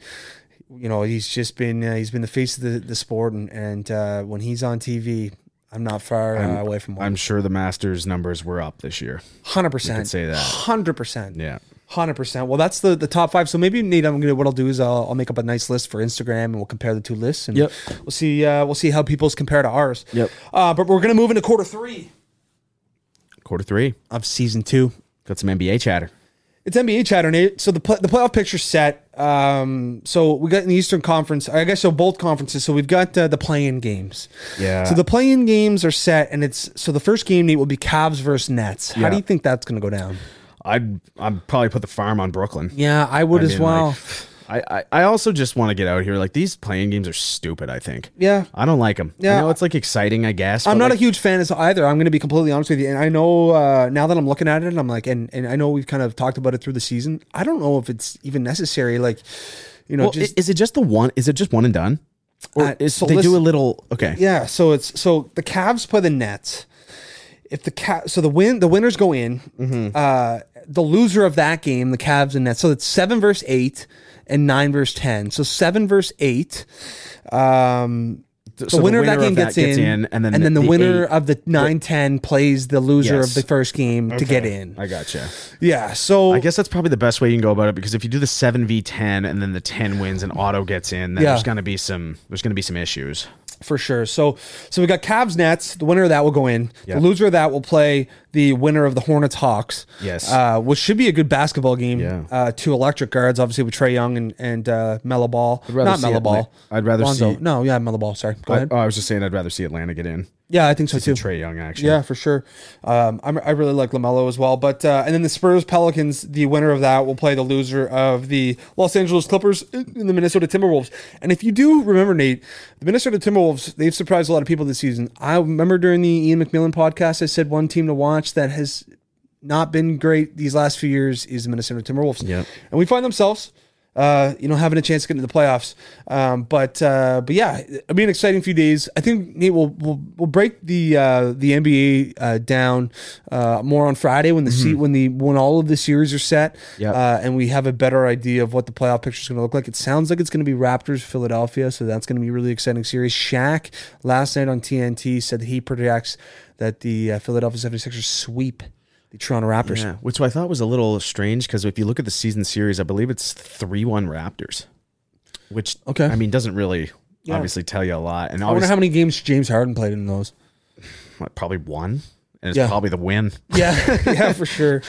[SPEAKER 1] you know, he's just been uh, he's been the face of the, the sport, and and uh, when he's on TV, I'm not far uh, away from one
[SPEAKER 2] I'm sure the Masters numbers were up this year.
[SPEAKER 1] hundred percent.
[SPEAKER 2] say that.
[SPEAKER 1] hundred percent.
[SPEAKER 2] Yeah.
[SPEAKER 1] Hundred percent. Well, that's the, the top five. So maybe Nate, I'm gonna what I'll do is I'll, I'll make up a nice list for Instagram and we'll compare the two lists and
[SPEAKER 2] Yep.
[SPEAKER 1] we'll see uh, we'll see how people's compare to ours.
[SPEAKER 2] Yep.
[SPEAKER 1] Uh, but we're gonna move into quarter three
[SPEAKER 2] Quarter three.
[SPEAKER 1] of season two.
[SPEAKER 2] Got some NBA chatter.
[SPEAKER 1] It's NBA chatter, Nate. So the pl- the playoff picture's set. Um, so we got in the Eastern Conference. I guess so both conferences. So we've got uh, the play-in games.
[SPEAKER 2] Yeah.
[SPEAKER 1] So the play-in games are set, and it's so the first game Nate will be Cavs versus Nets. How
[SPEAKER 2] Yeah.
[SPEAKER 1] do you think that's going to go down?
[SPEAKER 2] I'd I'd probably put the farm on Brooklyn.
[SPEAKER 1] Yeah, I would
[SPEAKER 2] I
[SPEAKER 1] as
[SPEAKER 2] mean,
[SPEAKER 1] well.
[SPEAKER 2] like, I, I, I also just want to get out here. Like these playing games are stupid. I think.
[SPEAKER 1] Yeah.
[SPEAKER 2] I don't like them.
[SPEAKER 1] Yeah.
[SPEAKER 2] I know it's like exciting. I guess.
[SPEAKER 1] I'm
[SPEAKER 2] but,
[SPEAKER 1] not
[SPEAKER 2] like,
[SPEAKER 1] a huge fan of either. I'm going to be completely honest with you. And I know uh, now that I'm looking at it, and I'm like, and and I know we've kind of talked about it through the season. I don't know if it's even necessary. Like, you know,
[SPEAKER 2] Well,
[SPEAKER 1] just
[SPEAKER 2] i- is it just the one? Is it just one and done? Or
[SPEAKER 1] Uh,
[SPEAKER 2] is,
[SPEAKER 1] so
[SPEAKER 2] they
[SPEAKER 1] listen-
[SPEAKER 2] do a little? Okay.
[SPEAKER 1] Yeah, so it's so the Cavs play the Nets. If the cat, so the win, the winners go in.
[SPEAKER 2] Mm-hmm.
[SPEAKER 1] Uh, the loser of that game, the Cavs and Nets. So it's seven versus eight and nine versus ten. So seven versus eight. Um, the,
[SPEAKER 2] so the
[SPEAKER 1] winner, of that
[SPEAKER 2] winner
[SPEAKER 1] game
[SPEAKER 2] of that
[SPEAKER 1] gets,
[SPEAKER 2] gets
[SPEAKER 1] in,
[SPEAKER 2] in, and then
[SPEAKER 1] and then the,
[SPEAKER 2] the
[SPEAKER 1] winner
[SPEAKER 2] eight-
[SPEAKER 1] of the nine ten plays the loser
[SPEAKER 2] Yes.
[SPEAKER 1] of the first game to get in.
[SPEAKER 2] I gotcha.
[SPEAKER 1] Yeah, so
[SPEAKER 2] I guess that's probably the best way you can go about it because if you do the seven v ten and then the ten wins and auto gets in, then
[SPEAKER 1] Yeah.
[SPEAKER 2] there's gonna be some there's gonna be some issues.
[SPEAKER 1] for sure. So so we got Cavs Nets. The winner of that will go in.
[SPEAKER 2] Yeah.
[SPEAKER 1] The loser of that will play the winner of the Hornets Hawks.
[SPEAKER 2] Yes.
[SPEAKER 1] uh, which should be a good basketball game.
[SPEAKER 2] Yeah.
[SPEAKER 1] uh, two electric guards, obviously with Trey Young and and uh, Melo Ball.
[SPEAKER 2] rather
[SPEAKER 1] Not
[SPEAKER 2] see
[SPEAKER 1] Melo
[SPEAKER 2] it like-
[SPEAKER 1] Ball.
[SPEAKER 2] I'd rather
[SPEAKER 1] Lonzo.
[SPEAKER 2] see-
[SPEAKER 1] No, yeah, Melo Ball. Sorry. Go
[SPEAKER 2] I,
[SPEAKER 1] ahead.
[SPEAKER 2] oh, I was just saying I'd rather see Atlanta get in.
[SPEAKER 1] Yeah, I think so too.
[SPEAKER 2] Trey Young actually.
[SPEAKER 1] Yeah, for sure. Um, I'm, I really like Lamelo as well. But uh, and then the Spurs Pelicans, the winner of that will play the loser of the Los Angeles Clippers and the Minnesota Timberwolves. And if you do remember, Nate, the Minnesota Timberwolves they've surprised a lot of people this season. I remember during the Ian McMillan podcast, I said one team to watch that has not been great these last few years is the Minnesota Timberwolves.
[SPEAKER 2] Yep.
[SPEAKER 1] And we find themselves. Uh, you know, having a chance to get into the playoffs, um, but uh, but yeah, it'll be an exciting few days. I think Nate will will will break the uh, the NBA uh, down uh, more on Friday when the se- when the when all of the series are set,
[SPEAKER 2] Mm-hmm. Yep.
[SPEAKER 1] uh, and we have a better idea of what the playoff picture is going to look like. It sounds like it's going to be Raptors Philadelphia, so that's going to be a really exciting series. Shaq last night on TNT said that he projects that the uh, Philadelphia 76ers sweep the Toronto Raptors.
[SPEAKER 2] Yeah, which I thought was a little strange because if you look at the season series, I believe it's three one Raptors, which
[SPEAKER 1] Okay.
[SPEAKER 2] I mean doesn't really obviously tell you a lot. And
[SPEAKER 1] I wonder
[SPEAKER 2] obviously,
[SPEAKER 1] how many games James Harden played in those.
[SPEAKER 2] probably one, and it's
[SPEAKER 1] Yeah.
[SPEAKER 2] probably the win.
[SPEAKER 1] Yeah, yeah, for sure.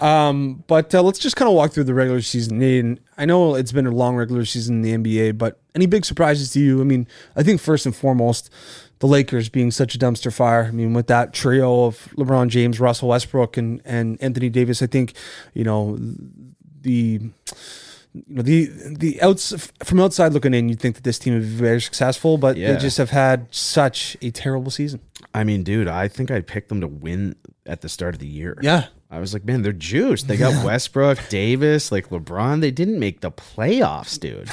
[SPEAKER 1] Um, but uh, let's just kind of walk through the regular season. And I know it's been a long regular season in the NBA, but any big surprises to you? I mean, I think first and foremost, the Lakers being such a dumpster fire. I mean, with that trio of LeBron James, Russell Westbrook, and and Anthony Davis, I think you know the you know the the outs from outside looking in, you'd think that this team would be very successful, but
[SPEAKER 2] Yeah.
[SPEAKER 1] they just have had such a terrible season.
[SPEAKER 2] I mean, dude, I think I picked them to win at the start of the year.
[SPEAKER 1] Yeah.
[SPEAKER 2] I was like, man, they're juiced. They got Westbrook, Davis, like LeBron. They didn't make the playoffs, dude.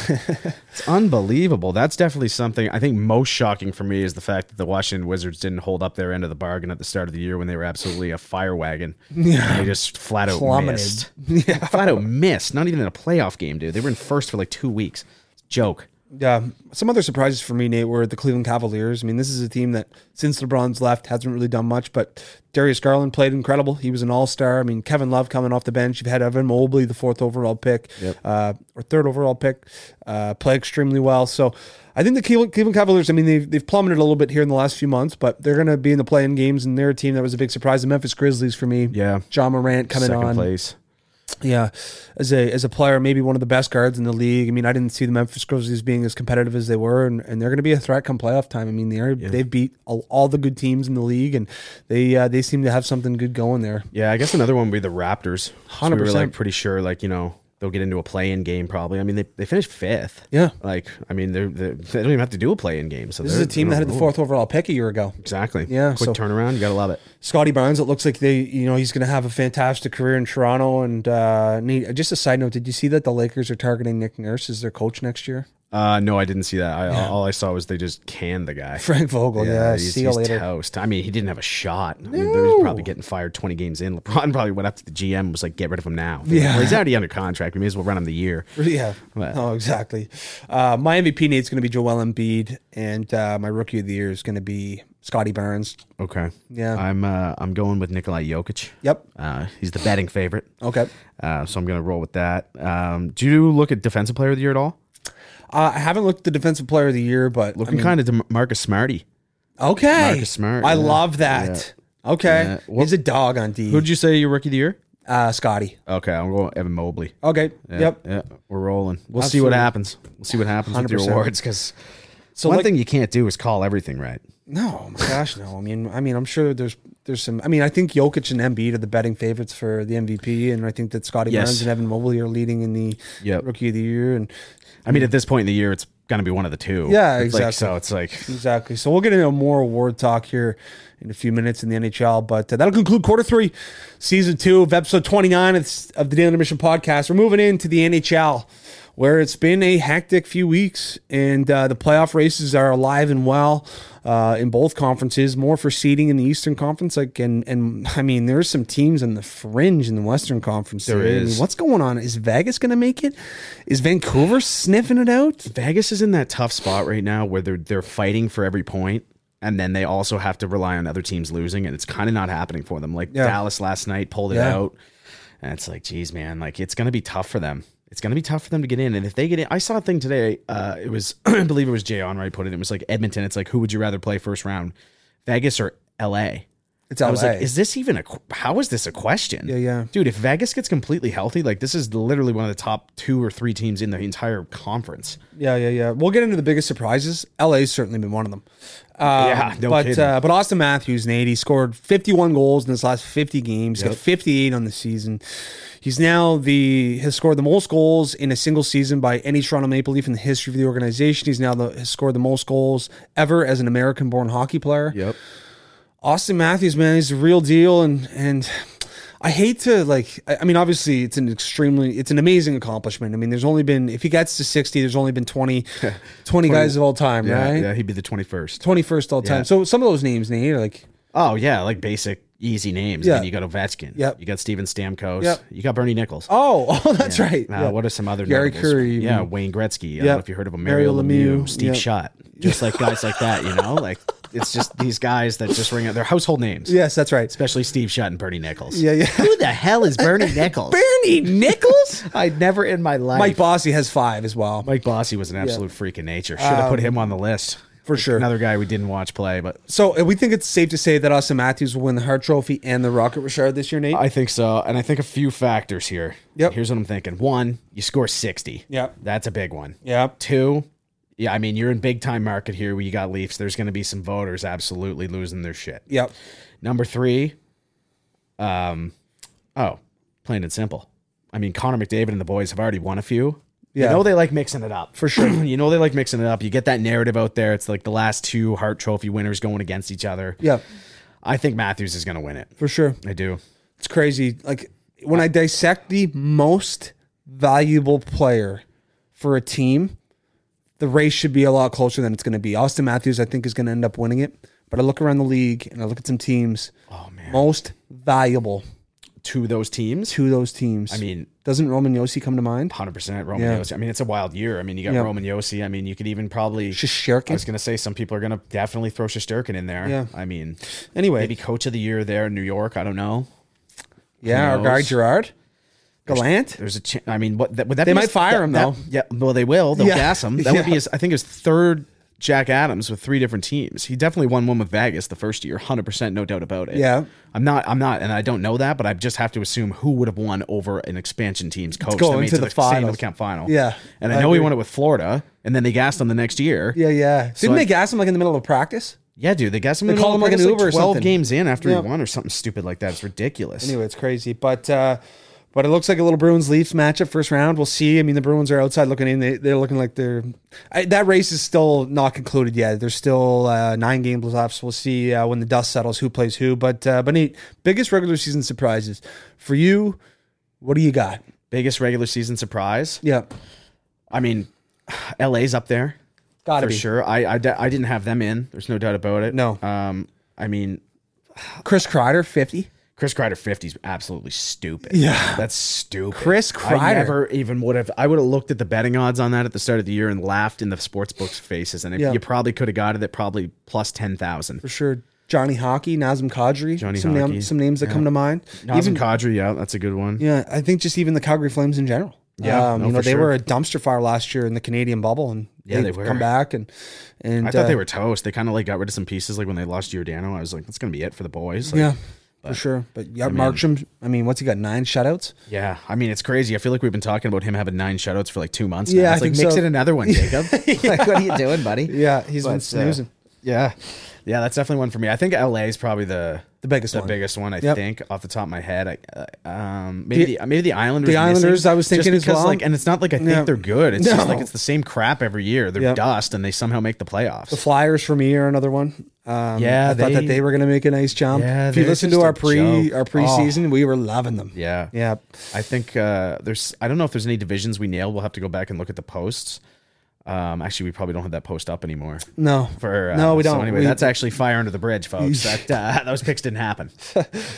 [SPEAKER 2] it's unbelievable. That's definitely something I think most shocking for me is the fact that the Washington Wizards didn't hold up their end of the bargain at the start of the year when they were absolutely a fire wagon. Yeah. They just flat out
[SPEAKER 1] Plummeted.
[SPEAKER 2] missed. Flat out missed. Not even in a playoff game, dude. They were in first for like two weeks. Joke.
[SPEAKER 1] Yeah. Some other surprises for me, Nate, were the Cleveland Cavaliers. I mean, this is a team that since LeBron's left hasn't really done much, but Darius Garland played incredible. He was an all star. I mean, Kevin Love coming off the bench. You've had Evan Mobley, the fourth overall pick, uh, or third overall pick, uh, play extremely well. So I think the Cleveland Cleveland Cavaliers, I mean, they've, they've plummeted a little bit here in the last few months, but they're going to be in the playing games, and they're a team that was a big surprise. The Memphis Grizzlies for me.
[SPEAKER 2] Yeah.
[SPEAKER 1] John Morant coming
[SPEAKER 2] Second
[SPEAKER 1] on.
[SPEAKER 2] place.
[SPEAKER 1] Yeah, as a as a player, maybe one of the best guards in the league. I mean, I didn't see the Memphis Grizzlies being as competitive as they were, and, and they're going to be a threat come playoff time. I mean, they're they've beat all, all the good teams in the league, and they uh, they seem to have something good going there.
[SPEAKER 2] Yeah, I guess another one would be the Raptors. 100 We were
[SPEAKER 1] 100%.
[SPEAKER 2] like pretty sure, like, you know, they'll get into a play in game probably. I mean, they, they finished fifth.
[SPEAKER 1] Yeah.
[SPEAKER 2] Like, I mean, they're, they're, they don't even have to do a play in game. So
[SPEAKER 1] This is a team that had the fourth overall pick a year ago.
[SPEAKER 2] Exactly.
[SPEAKER 1] Yeah,
[SPEAKER 2] Quick
[SPEAKER 1] so-
[SPEAKER 2] turnaround. You got to love it.
[SPEAKER 1] Scotty Barnes, it looks like they you know he's going to have a fantastic career in Toronto. And uh, Nate, just a side note, did you see that the Lakers are targeting Nick Nurse as their coach next year?
[SPEAKER 2] Uh, no, I didn't see that. I, All I saw was they just canned the guy.
[SPEAKER 1] Frank Vogel, yeah,
[SPEAKER 2] he's,
[SPEAKER 1] see you
[SPEAKER 2] he's
[SPEAKER 1] later.
[SPEAKER 2] toast. I mean, he didn't have a shot. I mean, they were probably getting fired 20 games in. LeBron probably went up to the GM and was like, get rid of him now. They're like,
[SPEAKER 1] Yeah.
[SPEAKER 2] well, he's already under contract. We may as well run him the year.
[SPEAKER 1] Yeah.
[SPEAKER 2] But-
[SPEAKER 1] Oh, exactly. Uh, my MVP Nate's going to be Joel Embiid, and uh, my rookie of the year is going to be Scotty Barnes.
[SPEAKER 2] Okay.
[SPEAKER 1] Yeah.
[SPEAKER 2] I'm, uh, I'm going with Nikolai Jokic.
[SPEAKER 1] Yep.
[SPEAKER 2] Uh, he's the betting favorite.
[SPEAKER 1] Okay.
[SPEAKER 2] Uh, so I'm going to roll with that. Um, do you look at defensive player of the year at all?
[SPEAKER 1] Uh, I haven't looked at the defensive player of the year, but
[SPEAKER 2] Looking kind of to Marcus Smarty.
[SPEAKER 1] okay.
[SPEAKER 2] Marcus Smart,
[SPEAKER 1] I
[SPEAKER 2] yeah.
[SPEAKER 1] love that. Okay.
[SPEAKER 2] Yeah. What-
[SPEAKER 1] He's a dog on D.
[SPEAKER 2] Who did you say your rookie of the year?
[SPEAKER 1] uh, Scotty.
[SPEAKER 2] Okay, I'm going Evan Mobley.
[SPEAKER 1] Okay. Yep.
[SPEAKER 2] Yeah, we're rolling. We'll see what
[SPEAKER 1] Absolutely.
[SPEAKER 2] happens. We'll see what happens with your
[SPEAKER 1] 100%.
[SPEAKER 2] awards because
[SPEAKER 1] So
[SPEAKER 2] one
[SPEAKER 1] like-
[SPEAKER 2] thing you can't do is call everything right.
[SPEAKER 1] No, oh my gosh, no. I mean, I mean, I'm sure there's there's some. I mean, I think Jokic and Embiid are the betting favorites for the MVP, and I think that Scotty
[SPEAKER 2] Yes.
[SPEAKER 1] Barnes and Evan Mobley are leading in the
[SPEAKER 2] Yep.
[SPEAKER 1] rookie of the year, and
[SPEAKER 2] I mean, at this point in the year, it's gonna be one of the two.
[SPEAKER 1] Yeah,
[SPEAKER 2] It's like-
[SPEAKER 1] exactly.
[SPEAKER 2] so it's like
[SPEAKER 1] Exactly. So we'll get into more award talk here in a few minutes in the NHL, but uh, that'll conclude quarter three, season two of episode 29 of, s- of the Daily Mission podcast. We're moving into the NHL, where it's been a hectic few weeks, and uh, the playoff races are alive and well uh, in both conferences, more for seeding in the Eastern Conference. Like, and, and I mean, there's some teams on the fringe in the Western Conference.
[SPEAKER 2] There
[SPEAKER 1] I mean,
[SPEAKER 2] is.
[SPEAKER 1] what's going on? Is Vegas going to make it? Is Vancouver sniffing it out?
[SPEAKER 2] Vegas is in that tough spot right now where they're they're fighting for every point, and then they also have to rely on other teams losing, and it's kind of not happening for them. Like
[SPEAKER 1] Yeah.
[SPEAKER 2] Dallas last night pulled it
[SPEAKER 1] Yeah.
[SPEAKER 2] out, and it's like, geez, man, like it's gonna be tough for them. It's gonna be tough for them to get in, and if they get in, I saw a thing today. Uh, it was, I believe it was Jay Onright put it. It was like Edmonton. It's like, who would you rather play first round, Vegas or L.A.
[SPEAKER 1] It's LA.
[SPEAKER 2] I was like, is this even a qu- how is this a question?
[SPEAKER 1] Yeah, yeah.
[SPEAKER 2] Dude, if Vegas gets completely healthy, like this is literally one of the top two or three teams in the entire conference.
[SPEAKER 1] Yeah, yeah, yeah. We'll get into the biggest surprises. LA's certainly been one of them. Uh,
[SPEAKER 2] Yeah, no
[SPEAKER 1] but
[SPEAKER 2] kidding.
[SPEAKER 1] Uh, but Austin Matthews, Nate, he scored 51 goals in his last 50 games. He's got 58 on the season. He's now the has scored the most goals in a single season by any Toronto Maple Leaf in the history of the organization. He's now the, has scored the most goals ever as an American-born hockey player.
[SPEAKER 2] Yep.
[SPEAKER 1] Austin Matthews, man, he's the real deal, and and I hate to like. I I mean, obviously, it's an extremely, it's an amazing accomplishment. I mean, there's only been if he gets to sixty, there's only been 20, 20 guys of all time,
[SPEAKER 2] Yeah,
[SPEAKER 1] right?
[SPEAKER 2] yeah, he'd be the 21st.
[SPEAKER 1] Twenty first all time.
[SPEAKER 2] Yeah.
[SPEAKER 1] So some of those names, Nate, are like
[SPEAKER 2] Oh, yeah, like basic, easy names.
[SPEAKER 1] Yeah.
[SPEAKER 2] I mean, you got Ovechkin.
[SPEAKER 1] Yep.
[SPEAKER 2] You got Steven Stamkos.
[SPEAKER 1] Yep.
[SPEAKER 2] You got Bernie Nichols.
[SPEAKER 1] oh, oh, that's right.
[SPEAKER 2] Uh,
[SPEAKER 1] Yeah.
[SPEAKER 2] What are some other
[SPEAKER 1] Gary
[SPEAKER 2] notables?
[SPEAKER 1] Curry, even.
[SPEAKER 2] Yeah, Wayne Gretzky. I don't
[SPEAKER 1] Yep.
[SPEAKER 2] know if you heard of him.
[SPEAKER 1] Mario
[SPEAKER 2] Mario Lemieux,
[SPEAKER 1] Lemieux,
[SPEAKER 2] Steve
[SPEAKER 1] yep.
[SPEAKER 2] Schott. Just like guys like that, you know? Like it's just these guys that just ring out their household names.
[SPEAKER 1] Yes, that's right.
[SPEAKER 2] Especially Steve Shutt and Bernie Nichols.
[SPEAKER 1] Yeah, yeah.
[SPEAKER 2] Who the hell is Bernie Nichols?
[SPEAKER 1] Bernie Nichols?
[SPEAKER 2] I'd never in my life.
[SPEAKER 1] Mike Bossy has five as well.
[SPEAKER 2] Mike Bossy was an absolute freak in nature. Should have put him on the list.
[SPEAKER 1] Um, for sure.
[SPEAKER 2] Another guy we didn't watch play, but
[SPEAKER 1] So uh, we think it's safe to say that Austin Matthews will win the Hart Trophy and the Rocket Richard this year, Nate.
[SPEAKER 2] I think so. And I think a few factors here.
[SPEAKER 1] Yep.
[SPEAKER 2] Here's what I'm thinking. One, you score 60.
[SPEAKER 1] Yep.
[SPEAKER 2] That's a big one.
[SPEAKER 1] Yep.
[SPEAKER 2] Two, yeah, I mean, you're in big time market here where you got Leafs. There's going to be some voters absolutely losing their shit.
[SPEAKER 1] Yep.
[SPEAKER 2] Number three, um, oh, plain and simple. I mean, Connor McDavid and the boys have already won a few.
[SPEAKER 1] Yeah.
[SPEAKER 2] You know they like mixing it up for sure. you know they like mixing it up. You get that narrative out there. It's like the last two Hart Trophy winners going against each other.
[SPEAKER 1] Yep.
[SPEAKER 2] I think Matthews is going to win it.
[SPEAKER 1] For sure.
[SPEAKER 2] I do.
[SPEAKER 1] It's crazy. Like when I dissect the most valuable player for a team, the race should be a lot closer than it's going to be. Austin Matthews, I think, is going to end up winning it. But I look around the league and I look at some teams. Oh man, most valuable
[SPEAKER 2] To those teams,
[SPEAKER 1] to those teams. I
[SPEAKER 2] mean-
[SPEAKER 1] doesn't Roman Yossi come to mind?
[SPEAKER 2] hundred percent Roman
[SPEAKER 1] Yeah.
[SPEAKER 2] Yossi. I mean, it's a wild year. I mean, you got
[SPEAKER 1] Yeah.
[SPEAKER 2] Roman Yossi. I mean, you could even probably
[SPEAKER 1] Shesterkin?
[SPEAKER 2] I was gonna say some people are gonna definitely throw Shosturkin in there.
[SPEAKER 1] Yeah.
[SPEAKER 2] I mean,
[SPEAKER 1] Anyway.
[SPEAKER 2] maybe coach of the year there in New York. I don't know.
[SPEAKER 1] Yeah, our
[SPEAKER 2] knows?
[SPEAKER 1] guy Gerard Gallant.
[SPEAKER 2] There's a. Ch- I mean, what that, would that?
[SPEAKER 1] They
[SPEAKER 2] be
[SPEAKER 1] might
[SPEAKER 2] his-
[SPEAKER 1] fire
[SPEAKER 2] that-
[SPEAKER 1] him,
[SPEAKER 2] that-
[SPEAKER 1] though.
[SPEAKER 2] Yeah. Well, they will. They'll
[SPEAKER 1] Yeah.
[SPEAKER 2] gas him. That would be
[SPEAKER 1] Yeah.
[SPEAKER 2] his. I think his third. Jack Adams with three different teams. He definitely won one with Vegas the first year, hundred percent, no doubt about it.
[SPEAKER 1] Yeah.
[SPEAKER 2] I'm not, I'm not, and I don't know that, but I just have to assume who would have won over an expansion team's coach
[SPEAKER 1] go
[SPEAKER 2] that made
[SPEAKER 1] into
[SPEAKER 2] to
[SPEAKER 1] the
[SPEAKER 2] the, Stanley
[SPEAKER 1] finals.
[SPEAKER 2] Cup final.
[SPEAKER 1] Yeah,
[SPEAKER 2] and I,
[SPEAKER 1] I
[SPEAKER 2] know he
[SPEAKER 1] agree.
[SPEAKER 2] won it with Florida, and then they gassed him the next year.
[SPEAKER 1] Yeah, yeah. Didn't
[SPEAKER 2] I-
[SPEAKER 1] they gas him like in the middle of practice?
[SPEAKER 2] Yeah, dude, they got some. They
[SPEAKER 1] call him like an Uber or
[SPEAKER 2] Twelve
[SPEAKER 1] something.
[SPEAKER 2] games in after
[SPEAKER 1] Yeah.
[SPEAKER 2] he won, or something stupid like that. It's ridiculous.
[SPEAKER 1] Anyway, it's crazy, but uh, but it looks like a little Bruins Leafs matchup first round. We'll see. I mean, the Bruins are outside looking in. They, they're looking like they're I, that race is still not concluded yet. There's still uh, nine games left. So we'll see uh, when the dust settles who plays who. But uh, but Nate, biggest regular season surprises for you. What do you got?
[SPEAKER 2] Biggest regular season surprise.
[SPEAKER 1] Yeah,
[SPEAKER 2] I mean, LA's up there
[SPEAKER 1] gotta
[SPEAKER 2] for
[SPEAKER 1] be
[SPEAKER 2] sure. I, I de- I didn't have them in. There's no doubt about it.
[SPEAKER 1] No.
[SPEAKER 2] Um, I mean,
[SPEAKER 1] Chris Kreider, fifty.
[SPEAKER 2] Chris Kreider 50 is absolutely stupid.
[SPEAKER 1] Yeah.
[SPEAKER 2] That's stupid.
[SPEAKER 1] Chris
[SPEAKER 2] I
[SPEAKER 1] Kreider.
[SPEAKER 2] never even would have, I would have looked at the betting odds on that at the start of the year and laughed in the sports books faces. And if
[SPEAKER 1] Yeah.
[SPEAKER 2] you probably could have got it at probably plus 10,000.
[SPEAKER 1] for sure. Johnny Hockey, Nazem Kadri,
[SPEAKER 2] Johnny
[SPEAKER 1] some,
[SPEAKER 2] Hockey.
[SPEAKER 1] Name, some names that come to mind.
[SPEAKER 2] Nazem Kadri, yeah, that's a good one.
[SPEAKER 1] Yeah, I think just even the Calgary Flames in general.
[SPEAKER 2] Yeah,
[SPEAKER 1] um,
[SPEAKER 2] no,
[SPEAKER 1] you know
[SPEAKER 2] for
[SPEAKER 1] they
[SPEAKER 2] sure.
[SPEAKER 1] were a dumpster fire last year in the Canadian bubble, and
[SPEAKER 2] Yeah,
[SPEAKER 1] they've
[SPEAKER 2] they were.
[SPEAKER 1] come back and and
[SPEAKER 2] I thought
[SPEAKER 1] uh,
[SPEAKER 2] they were toast. They kind of like got rid of some pieces, like when they lost Giordano. I was like, that's gonna be it for the boys. Like,
[SPEAKER 1] yeah for sure. But yeah, Markstrom. I mean, what's he got? Nine shutouts.
[SPEAKER 2] yeah. I mean, it's crazy. I feel like we've been talking about him having nine shutouts for like two months.
[SPEAKER 1] Yeah,
[SPEAKER 2] now.
[SPEAKER 1] I
[SPEAKER 2] it's like
[SPEAKER 1] think
[SPEAKER 2] mix
[SPEAKER 1] so.
[SPEAKER 2] in another one, Jacob. Like, what are you doing, buddy?
[SPEAKER 1] Yeah, he's
[SPEAKER 2] But,
[SPEAKER 1] been
[SPEAKER 2] uh,
[SPEAKER 1] snoozing.
[SPEAKER 2] yeah, yeah, that's definitely one for me. I think LA is probably the
[SPEAKER 1] The biggest one.
[SPEAKER 2] biggest one. I
[SPEAKER 1] Yep.
[SPEAKER 2] think off the top of my head, I, uh, um, maybe the, maybe the Islanders.
[SPEAKER 1] the
[SPEAKER 2] missing,
[SPEAKER 1] Islanders, I was
[SPEAKER 2] just
[SPEAKER 1] thinking as
[SPEAKER 2] because,
[SPEAKER 1] well.
[SPEAKER 2] Like, and it's not like I think
[SPEAKER 1] Yeah.
[SPEAKER 2] they're good. It's just
[SPEAKER 1] No.
[SPEAKER 2] like it's the same crap every year. They're
[SPEAKER 1] Yep.
[SPEAKER 2] dust, and they somehow make the playoffs.
[SPEAKER 1] Flyers for me are another one. Um,
[SPEAKER 2] Yeah,
[SPEAKER 1] I thought
[SPEAKER 2] they-
[SPEAKER 1] that they were going to make a nice jump.
[SPEAKER 2] Yeah,
[SPEAKER 1] if you
[SPEAKER 2] they're
[SPEAKER 1] listen to
[SPEAKER 2] just a
[SPEAKER 1] our pre
[SPEAKER 2] joke. Oh.
[SPEAKER 1] our preseason, we were loving them.
[SPEAKER 2] yeah,
[SPEAKER 1] yeah.
[SPEAKER 2] I think uh, there's. I don't know if there's any divisions we nailed. We'll have to go back and look at the posts. Um, actually, we probably don't have that post up anymore.
[SPEAKER 1] No,
[SPEAKER 2] For uh,
[SPEAKER 1] no, we
[SPEAKER 2] so
[SPEAKER 1] don't.
[SPEAKER 2] anyway,
[SPEAKER 1] We-
[SPEAKER 2] that's actually fire under the bridge, folks. that uh, those picks didn't happen.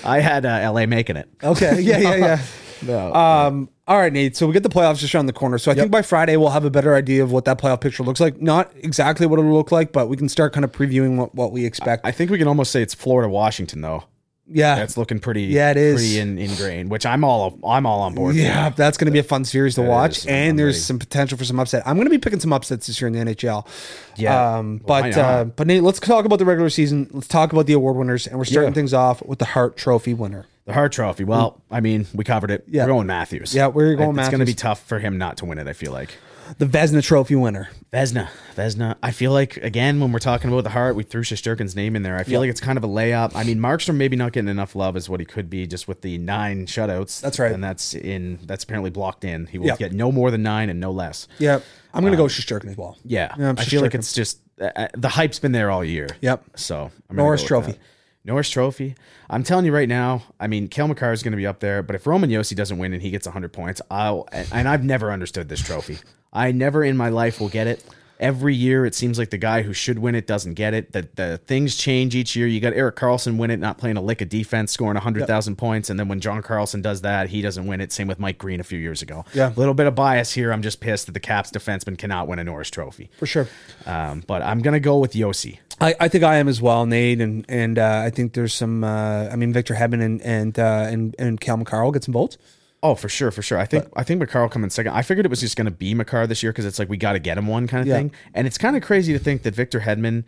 [SPEAKER 2] I had uh, LA making it.
[SPEAKER 1] okay. Yeah, yeah, yeah.
[SPEAKER 2] No.
[SPEAKER 1] Um, all right, Nate. So we get the playoffs just around the corner. So I think by Friday we'll have a better idea of what that playoff picture looks like. Not exactly what it'll look like, but we can start kind of previewing what, what we expect.
[SPEAKER 2] I think we can almost say it's Florida Washington though.
[SPEAKER 1] yeah,
[SPEAKER 2] That's looking pretty.
[SPEAKER 1] Yeah, it is.
[SPEAKER 2] pretty in, ingrained, which I'm all I'm all on board.
[SPEAKER 1] yeah, that's going to be a fun series to watch,
[SPEAKER 2] is. I'm-
[SPEAKER 1] and
[SPEAKER 2] I'm
[SPEAKER 1] there's
[SPEAKER 2] ready.
[SPEAKER 1] some potential for some upset. I'm going to be picking some upsets this year in the NHL.
[SPEAKER 2] Yeah.
[SPEAKER 1] um,
[SPEAKER 2] Why
[SPEAKER 1] but
[SPEAKER 2] not?
[SPEAKER 1] uh, but Nate, let's talk about the regular season. Let's talk about the award winners, and we're starting
[SPEAKER 2] Yeah.
[SPEAKER 1] things off with the Hart Trophy winner.
[SPEAKER 2] The Hart Trophy. Well, I mean, we covered it.
[SPEAKER 1] Mm. Yeah.
[SPEAKER 2] We're going Matthews.
[SPEAKER 1] Yeah, we're going
[SPEAKER 2] It's going to be
[SPEAKER 1] Matthews.
[SPEAKER 2] tough for him not to win it. I feel like
[SPEAKER 1] The Vesna Trophy winner.
[SPEAKER 2] Vesna, Vesna. I feel like again when we're talking about the Hart, we threw Shosturkin's name in there. I feel like it's kind of a layup. I mean, Markstrom maybe not getting enough love is what he could be just with the nine shutouts.
[SPEAKER 1] That's right.
[SPEAKER 2] and that's in that's apparently blocked in. He will
[SPEAKER 1] Yeah.
[SPEAKER 2] get no more than nine and no less.
[SPEAKER 1] Yeah, I'm going to go Shosturkin as well.
[SPEAKER 2] Um, Yeah,
[SPEAKER 1] I'm
[SPEAKER 2] I feel like
[SPEAKER 1] Shesterkin.
[SPEAKER 2] it's just uh, the hype's been there all year.
[SPEAKER 1] Yep.
[SPEAKER 2] So I'm gonna
[SPEAKER 1] Norris
[SPEAKER 2] go with
[SPEAKER 1] Trophy.
[SPEAKER 2] that. Norris Trophy. I'm telling you right now. I mean, Kel McCarr is going to be up there, but if Roman Yossi doesn't win and he gets 100 points, I'll and I've never understood this trophy. I never in my life will get it. every year it seems like the guy who should win it doesn't get it. That the things change each year. You got Eric Carlson win it, not playing a lick of defense, scoring hundred thousand points, and then when John Carlson does that, he doesn't win it. Same with Mike Green a few years ago.
[SPEAKER 1] Yeah.
[SPEAKER 2] a little bit of bias here. I'm just pissed that the Caps defenseman cannot win a Norris Trophy.
[SPEAKER 1] for sure.
[SPEAKER 2] Um, but I'm gonna go with Yossi.
[SPEAKER 1] I, I think I am as well, Nate, and and uh, I think there's some. Uh, I mean, Victor Hedman and and uh, and and Cal McCarr will get some votes.
[SPEAKER 2] Oh, for sure, for sure. I think I think McCarr will come in second. I figured it was just going to be McCarr this year because it's like we got to get him one kind of
[SPEAKER 1] Yeah.
[SPEAKER 2] thing. And it's kind of crazy to think that Victor Hedman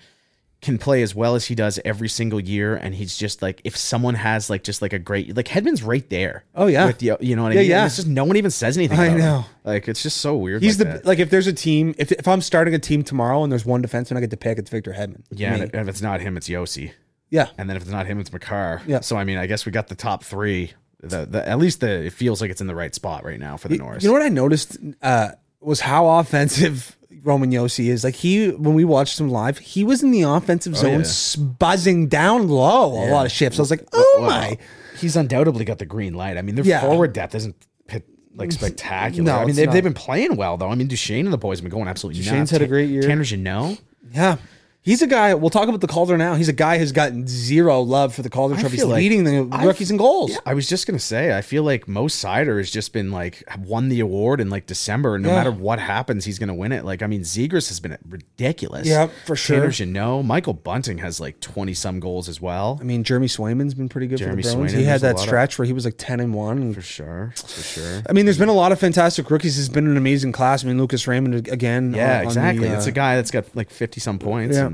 [SPEAKER 2] can play as well as he does every single year, and he's just like if someone has like just like a great like Hedman's right there.
[SPEAKER 1] Oh, yeah.
[SPEAKER 2] with the, you know what I
[SPEAKER 1] Yeah,
[SPEAKER 2] mean.
[SPEAKER 1] yeah.
[SPEAKER 2] And it's just no one even says anything.
[SPEAKER 1] I
[SPEAKER 2] about him.
[SPEAKER 1] know.
[SPEAKER 2] Like it's just so weird.
[SPEAKER 1] He's
[SPEAKER 2] like
[SPEAKER 1] the
[SPEAKER 2] that.
[SPEAKER 1] like if there's a team if if I'm starting a team tomorrow and there's one defenseman I get to pick, it's Victor Hedman.
[SPEAKER 2] yeah.
[SPEAKER 1] Me.
[SPEAKER 2] And if it's not him, it's Yossi.
[SPEAKER 1] yeah.
[SPEAKER 2] And then if it's not him, it's McCarr.
[SPEAKER 1] Yeah.
[SPEAKER 2] So I mean, I guess we got the top three. The, the at least the it feels like it's in the right spot right now for the Norris.
[SPEAKER 1] You know what I noticed uh, was how offensive Roman Yossi is. Like he, when we watched him live, he was in the offensive zone,
[SPEAKER 2] Oh, yeah.
[SPEAKER 1] s buzzing down low a lot of shifts. I was like, oh
[SPEAKER 2] Well,
[SPEAKER 1] my.
[SPEAKER 2] He's undoubtedly got the green light. I mean, their
[SPEAKER 1] Yeah.
[SPEAKER 2] forward depth isn't pit, like spectacular.
[SPEAKER 1] No,
[SPEAKER 2] I mean,
[SPEAKER 1] it's
[SPEAKER 2] they've,
[SPEAKER 1] not.
[SPEAKER 2] they've been playing well though. I mean, Duchesne and the boys have been going absolutely.
[SPEAKER 1] Duchesne's
[SPEAKER 2] nuts.
[SPEAKER 1] had a
[SPEAKER 2] Ta-
[SPEAKER 1] great year.
[SPEAKER 2] Tanner Janot.
[SPEAKER 1] Yeah. He's a guy, we'll talk about the Calder now. He's a guy who's gotten zero love for the Calder Trophy. He's
[SPEAKER 2] feel like-
[SPEAKER 1] leading the
[SPEAKER 2] I
[SPEAKER 1] rookies in goals.
[SPEAKER 2] Yeah, I was just gonna say, I feel like Mo Sider has just been like won the award in like December, and no
[SPEAKER 1] Yeah.
[SPEAKER 2] matter what happens, he's gonna win it. Like, I mean, Zegers has been ridiculous.
[SPEAKER 1] Yeah, for
[SPEAKER 2] Tanner
[SPEAKER 1] sure.
[SPEAKER 2] Janot, Michael Bunting has like twenty some goals as well.
[SPEAKER 1] I mean, Jeremy Swayman's been pretty good
[SPEAKER 2] Jeremy
[SPEAKER 1] for the Bruins.
[SPEAKER 2] Swayman,
[SPEAKER 1] he had
[SPEAKER 2] there's
[SPEAKER 1] that
[SPEAKER 2] a lot of-
[SPEAKER 1] stretch where he was like 10 and 1. and-
[SPEAKER 2] For sure, for sure.
[SPEAKER 1] I mean, there's been a lot of fantastic rookies. It's been an amazing class. I mean, Lucas Raymond again. on-
[SPEAKER 2] Yeah,
[SPEAKER 1] on the,
[SPEAKER 2] exactly.
[SPEAKER 1] uh,
[SPEAKER 2] it's a guy that's got like fifty some points.
[SPEAKER 1] Yeah.
[SPEAKER 2] And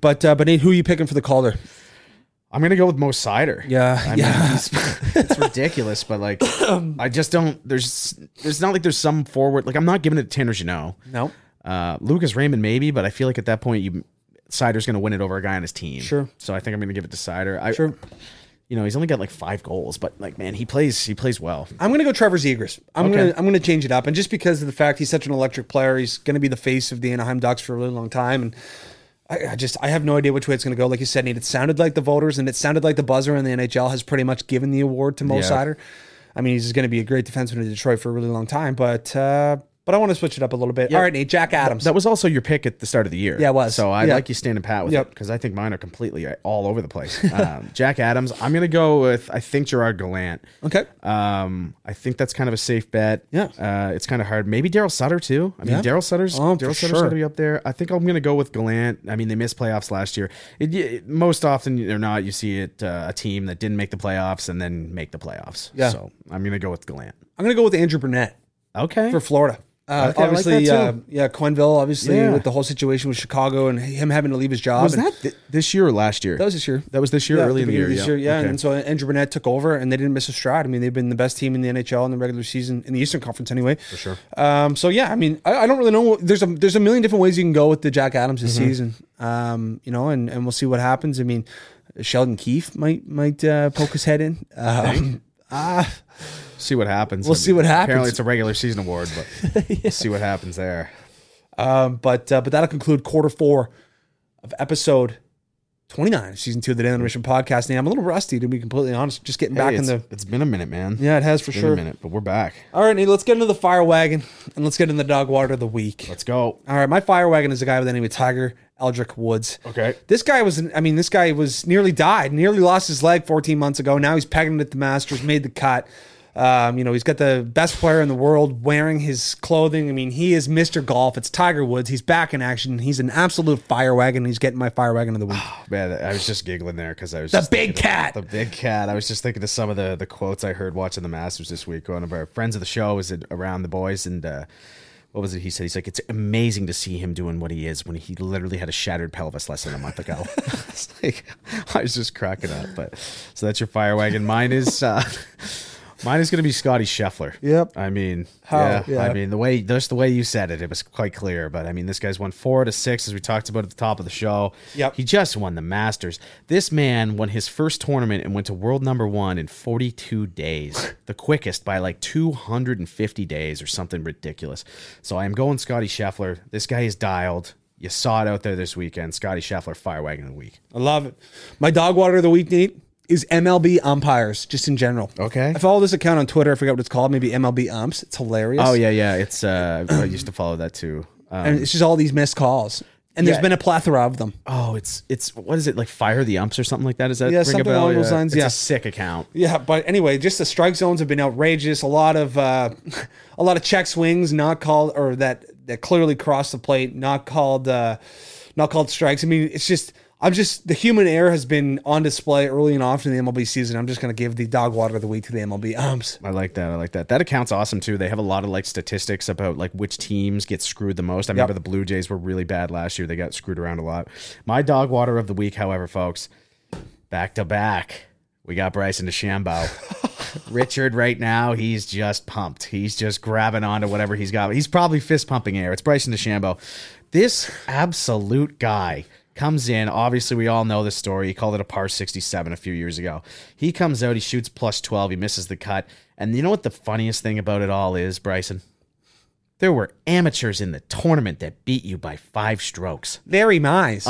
[SPEAKER 1] But, uh, but Nate, who are you picking for the Calder?
[SPEAKER 2] I'm gonna go with Mo Sider.
[SPEAKER 1] Yeah.
[SPEAKER 2] I
[SPEAKER 1] yeah.
[SPEAKER 2] mean, he's, it's ridiculous, but like, I just don't. There's, there's not like there's some forward. Like, I'm not giving it to Tanner Janot.
[SPEAKER 1] no.
[SPEAKER 2] Uh, Lucas Raymond maybe, but I feel like at that point, you Sider's going to win it over a guy on his team.
[SPEAKER 1] Sure.
[SPEAKER 2] So I think I'm going to give it to Sider. I,
[SPEAKER 1] Sure.
[SPEAKER 2] You know, he's only got like five goals, but like, man, he plays, he plays well.
[SPEAKER 1] I'm gonna go Trevor Zegers. I'm
[SPEAKER 2] Okay.
[SPEAKER 1] gonna I'm gonna change it up, and just because of the fact he's such an electric player, he's gonna be the face of the Anaheim Ducks for a really long time. And I, I just I have no idea which way it's gonna go. Like you said, Nate, it sounded like the voters, and it sounded like the buzzer in the NHL has pretty much given the award to Mo
[SPEAKER 2] Yeah.
[SPEAKER 1] Sider. I mean, he's gonna be a great defenseman in Detroit for a really long time, but uh, but I want to switch it up a little bit. All right, Nate, Jack Adams.
[SPEAKER 2] That was also your pick at the start of the year.
[SPEAKER 1] Yeah, it was.
[SPEAKER 2] So I
[SPEAKER 1] Yeah.
[SPEAKER 2] like you standing pat with
[SPEAKER 1] Yep.
[SPEAKER 2] it because I think mine are completely uh, all over the place. um, Jack Adams. I'm going to go with I think Gerard Gallant.
[SPEAKER 1] okay,
[SPEAKER 2] Um, I think that's kind of a safe bet.
[SPEAKER 1] Yeah.
[SPEAKER 2] uh, it's kind of hard. Maybe Daryl Sutter too. I mean,
[SPEAKER 1] Yeah.
[SPEAKER 2] Daryl Sutter's
[SPEAKER 1] Oh, for
[SPEAKER 2] Daryl Sutter's
[SPEAKER 1] sure.
[SPEAKER 2] going to be up there. I think I'm going to go with Gallant. I mean, they missed playoffs last year. It, it- most often or not, you see it uh, a team that didn't make the playoffs and then make the playoffs.
[SPEAKER 1] Yeah.
[SPEAKER 2] So I'm going to go with Gallant.
[SPEAKER 1] I'm gonna go with Andrew Burnett.
[SPEAKER 2] Okay.
[SPEAKER 1] for Florida. Uh,
[SPEAKER 2] Okay, I like
[SPEAKER 1] obviously,
[SPEAKER 2] that
[SPEAKER 1] uh,
[SPEAKER 2] too.
[SPEAKER 1] yeah, Quenville. Obviously,
[SPEAKER 2] Yeah.
[SPEAKER 1] with the whole situation with Chicago and him having to leave his job.
[SPEAKER 2] was
[SPEAKER 1] and-
[SPEAKER 2] that th- this year or last year?
[SPEAKER 1] that was this year?
[SPEAKER 2] That was this year,
[SPEAKER 1] Yeah,
[SPEAKER 2] early
[SPEAKER 1] at
[SPEAKER 2] in the year.
[SPEAKER 1] beginning of this
[SPEAKER 2] yeah.
[SPEAKER 1] year,
[SPEAKER 2] Okay.
[SPEAKER 1] And so Andrew Burnett took over, and they didn't miss a stride. I mean, they've been the best team in the NHL in the regular season in the Eastern Conference, anyway. For
[SPEAKER 2] sure.
[SPEAKER 1] Um, so yeah, I mean, I, I don't really know. what- There's a there's a million different ways you can go with the Jack Adams this
[SPEAKER 2] Mm-hmm.
[SPEAKER 1] season. Um, you know, and and we'll see what happens. I mean, Sheldon Keefe might might uh, poke his head in. Um, ah,
[SPEAKER 2] see what happens.
[SPEAKER 1] We'll see what happens.
[SPEAKER 2] Apparently, it's a regular season award, but we'll see what happens there.
[SPEAKER 1] Um, but uh, but that'll conclude quarter four of episode twenty nine of season two of the Daily Intermission podcast. And I'm a little rusty to be completely honest. Just getting back
[SPEAKER 2] Hey,
[SPEAKER 1] in
[SPEAKER 2] it's-
[SPEAKER 1] the
[SPEAKER 2] it's been a minute, man.
[SPEAKER 1] yeah, it has for
[SPEAKER 2] It's been
[SPEAKER 1] sure.
[SPEAKER 2] a minute, but we're back.
[SPEAKER 1] All right, Nate, let's get into the fire wagon and let's get into the dog water of the week.
[SPEAKER 2] Let's go.
[SPEAKER 1] All right, my fire wagon is a guy by the name of Tiger Eldrick Woods.
[SPEAKER 2] Okay.
[SPEAKER 1] This guy was, I mean, this guy was nearly died, nearly lost his leg 14 months ago. Now he's pegging at the Masters, made the cut. Um, you know, he's got the best player in the world wearing his clothing. I mean, he is Mr. Golf. It's Tiger Woods. He's back in action. He's an absolute fire wagon. He's getting my fire wagon of the week.
[SPEAKER 2] Man, I was just giggling there because I was
[SPEAKER 1] The
[SPEAKER 2] just
[SPEAKER 1] big
[SPEAKER 2] thinking
[SPEAKER 1] cat.
[SPEAKER 2] of- the big cat. I was just thinking of some of the the quotes I heard watching the Masters this week. One of our friends of the show was at- around the boys, and uh, what was it he said? He's like, "It's amazing to see him doing what he is when he literally had a shattered pelvis less than a month ago." It's like, I was just cracking up. But so that's your fire wagon. Mine is. Uh, Mine is going to be Scotty Scheffler.
[SPEAKER 1] Yep.
[SPEAKER 2] I mean,
[SPEAKER 1] How-
[SPEAKER 2] yeah,
[SPEAKER 1] yeah.
[SPEAKER 2] I mean, the way just the way you said it, it was quite clear. But I mean, this guy's won four out of six, as we talked about at the top of the show.
[SPEAKER 1] Yep.
[SPEAKER 2] He just won the Masters. This man won his first tournament and went to world number one in 42 days, the quickest by like 250 days or something ridiculous. So I am going Scotty Scheffler. This guy is dialed. You saw it out there this weekend. Scotty Scheffler, fire wagon of the week.
[SPEAKER 1] I love it. My dog water of the week, Nate, is MLB umpires, just in general.
[SPEAKER 2] Okay.
[SPEAKER 1] I follow this Oh, account on Twitter. I forget what it's called. Maybe MLB umps. It's hilarious.
[SPEAKER 2] Oh yeah, yeah. It's uh, I used to follow that too.
[SPEAKER 1] and it's just all these missed calls. And
[SPEAKER 2] yeah.
[SPEAKER 1] there's been a plethora of them.
[SPEAKER 2] Oh, it's it's what is it like? Fire the umps or something like that? Is that
[SPEAKER 1] Yeah,
[SPEAKER 2] ring a
[SPEAKER 1] something
[SPEAKER 2] bell?
[SPEAKER 1] along those lines,
[SPEAKER 2] It's
[SPEAKER 1] yeah.
[SPEAKER 2] a sick account.
[SPEAKER 1] Yeah, but anyway, just the strike zones have been outrageous. A lot of uh, a lot of check swings not called, or that that clearly crossed the plate, not called, uh, not called strikes. I mean, it's just I'm just the human error has been on display early and often in the MLB season. I'm just gonna give the dog water of the week to the MLB umps.
[SPEAKER 2] I like that. I like that. That account's awesome too. They have a lot of like statistics about like which teams get screwed the most. I remember the Blue Jays were really bad last year. They got screwed around a lot. My dog water of the week, however, folks, back to back, we got Bryson DeChambeau. Richard, right now, he's just pumped. He's just grabbing onto whatever he's got. He's probably fist pumping air. It's Bryson DeChambeau. This absolute guy comes in. Obviously, we all know this story. He called it a par 67 a few years ago. He comes out, he shoots plus 12, he misses the cut. And you know what the funniest thing about it all is, Bryson? There were amateurs in the tournament that beat you by five strokes.
[SPEAKER 1] Very nice.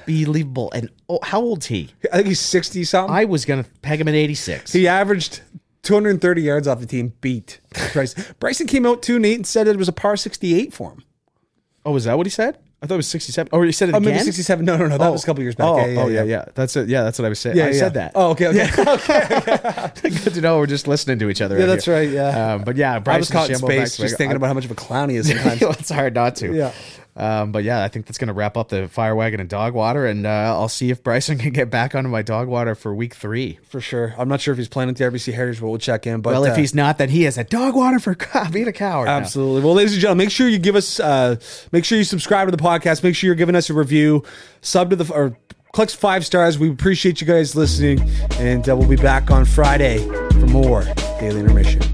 [SPEAKER 2] Unbelievable. And oh, how old's he?
[SPEAKER 1] I think he's sixty something.
[SPEAKER 2] I was gonna peg him at 86.
[SPEAKER 1] he averaged 230 yards off the team. Beat Bryson. Bryson came out too neat and said it was a par 68 for him.
[SPEAKER 2] oh, is that what he said? I thought it was 67. Oh, he said it
[SPEAKER 1] Oh,
[SPEAKER 2] again.
[SPEAKER 1] maybe 67. No, no, no. That was a couple years back.
[SPEAKER 2] Oh, oh, yeah, yeah, That's it. Yeah, that's what I was saying. I
[SPEAKER 1] yeah.
[SPEAKER 2] said that.
[SPEAKER 1] Oh, okay, okay.
[SPEAKER 2] Good to know we're just listening to each other.
[SPEAKER 1] Yeah, that's right, yeah.
[SPEAKER 2] Um, but yeah,
[SPEAKER 1] I
[SPEAKER 2] Bryson
[SPEAKER 1] was caught in
[SPEAKER 2] DeChambeau back
[SPEAKER 1] space
[SPEAKER 2] to
[SPEAKER 1] just
[SPEAKER 2] back.
[SPEAKER 1] thinking
[SPEAKER 2] I-
[SPEAKER 1] about how much of a clown he is sometimes.
[SPEAKER 2] it's hard not to.
[SPEAKER 1] Yeah.
[SPEAKER 2] Um, but yeah, I think that's going to wrap up the fire wagon and dog water, and uh, I'll see if Bryson can get back onto my dog water for week three.
[SPEAKER 1] for sure. I'm not sure if he's playing at the RBC Heritage, but we'll check in. But
[SPEAKER 2] Well, if
[SPEAKER 1] uh,
[SPEAKER 2] he's not, then he has a dog water for co- being a coward. now.
[SPEAKER 1] Absolutely. Well, ladies and gentlemen, make sure you give us, uh, make sure you subscribe to the podcast. Make sure you're giving us a review, sub to the, or clicks five stars. We appreciate you guys listening. And uh, we'll be back on Friday for more Daily Intermission.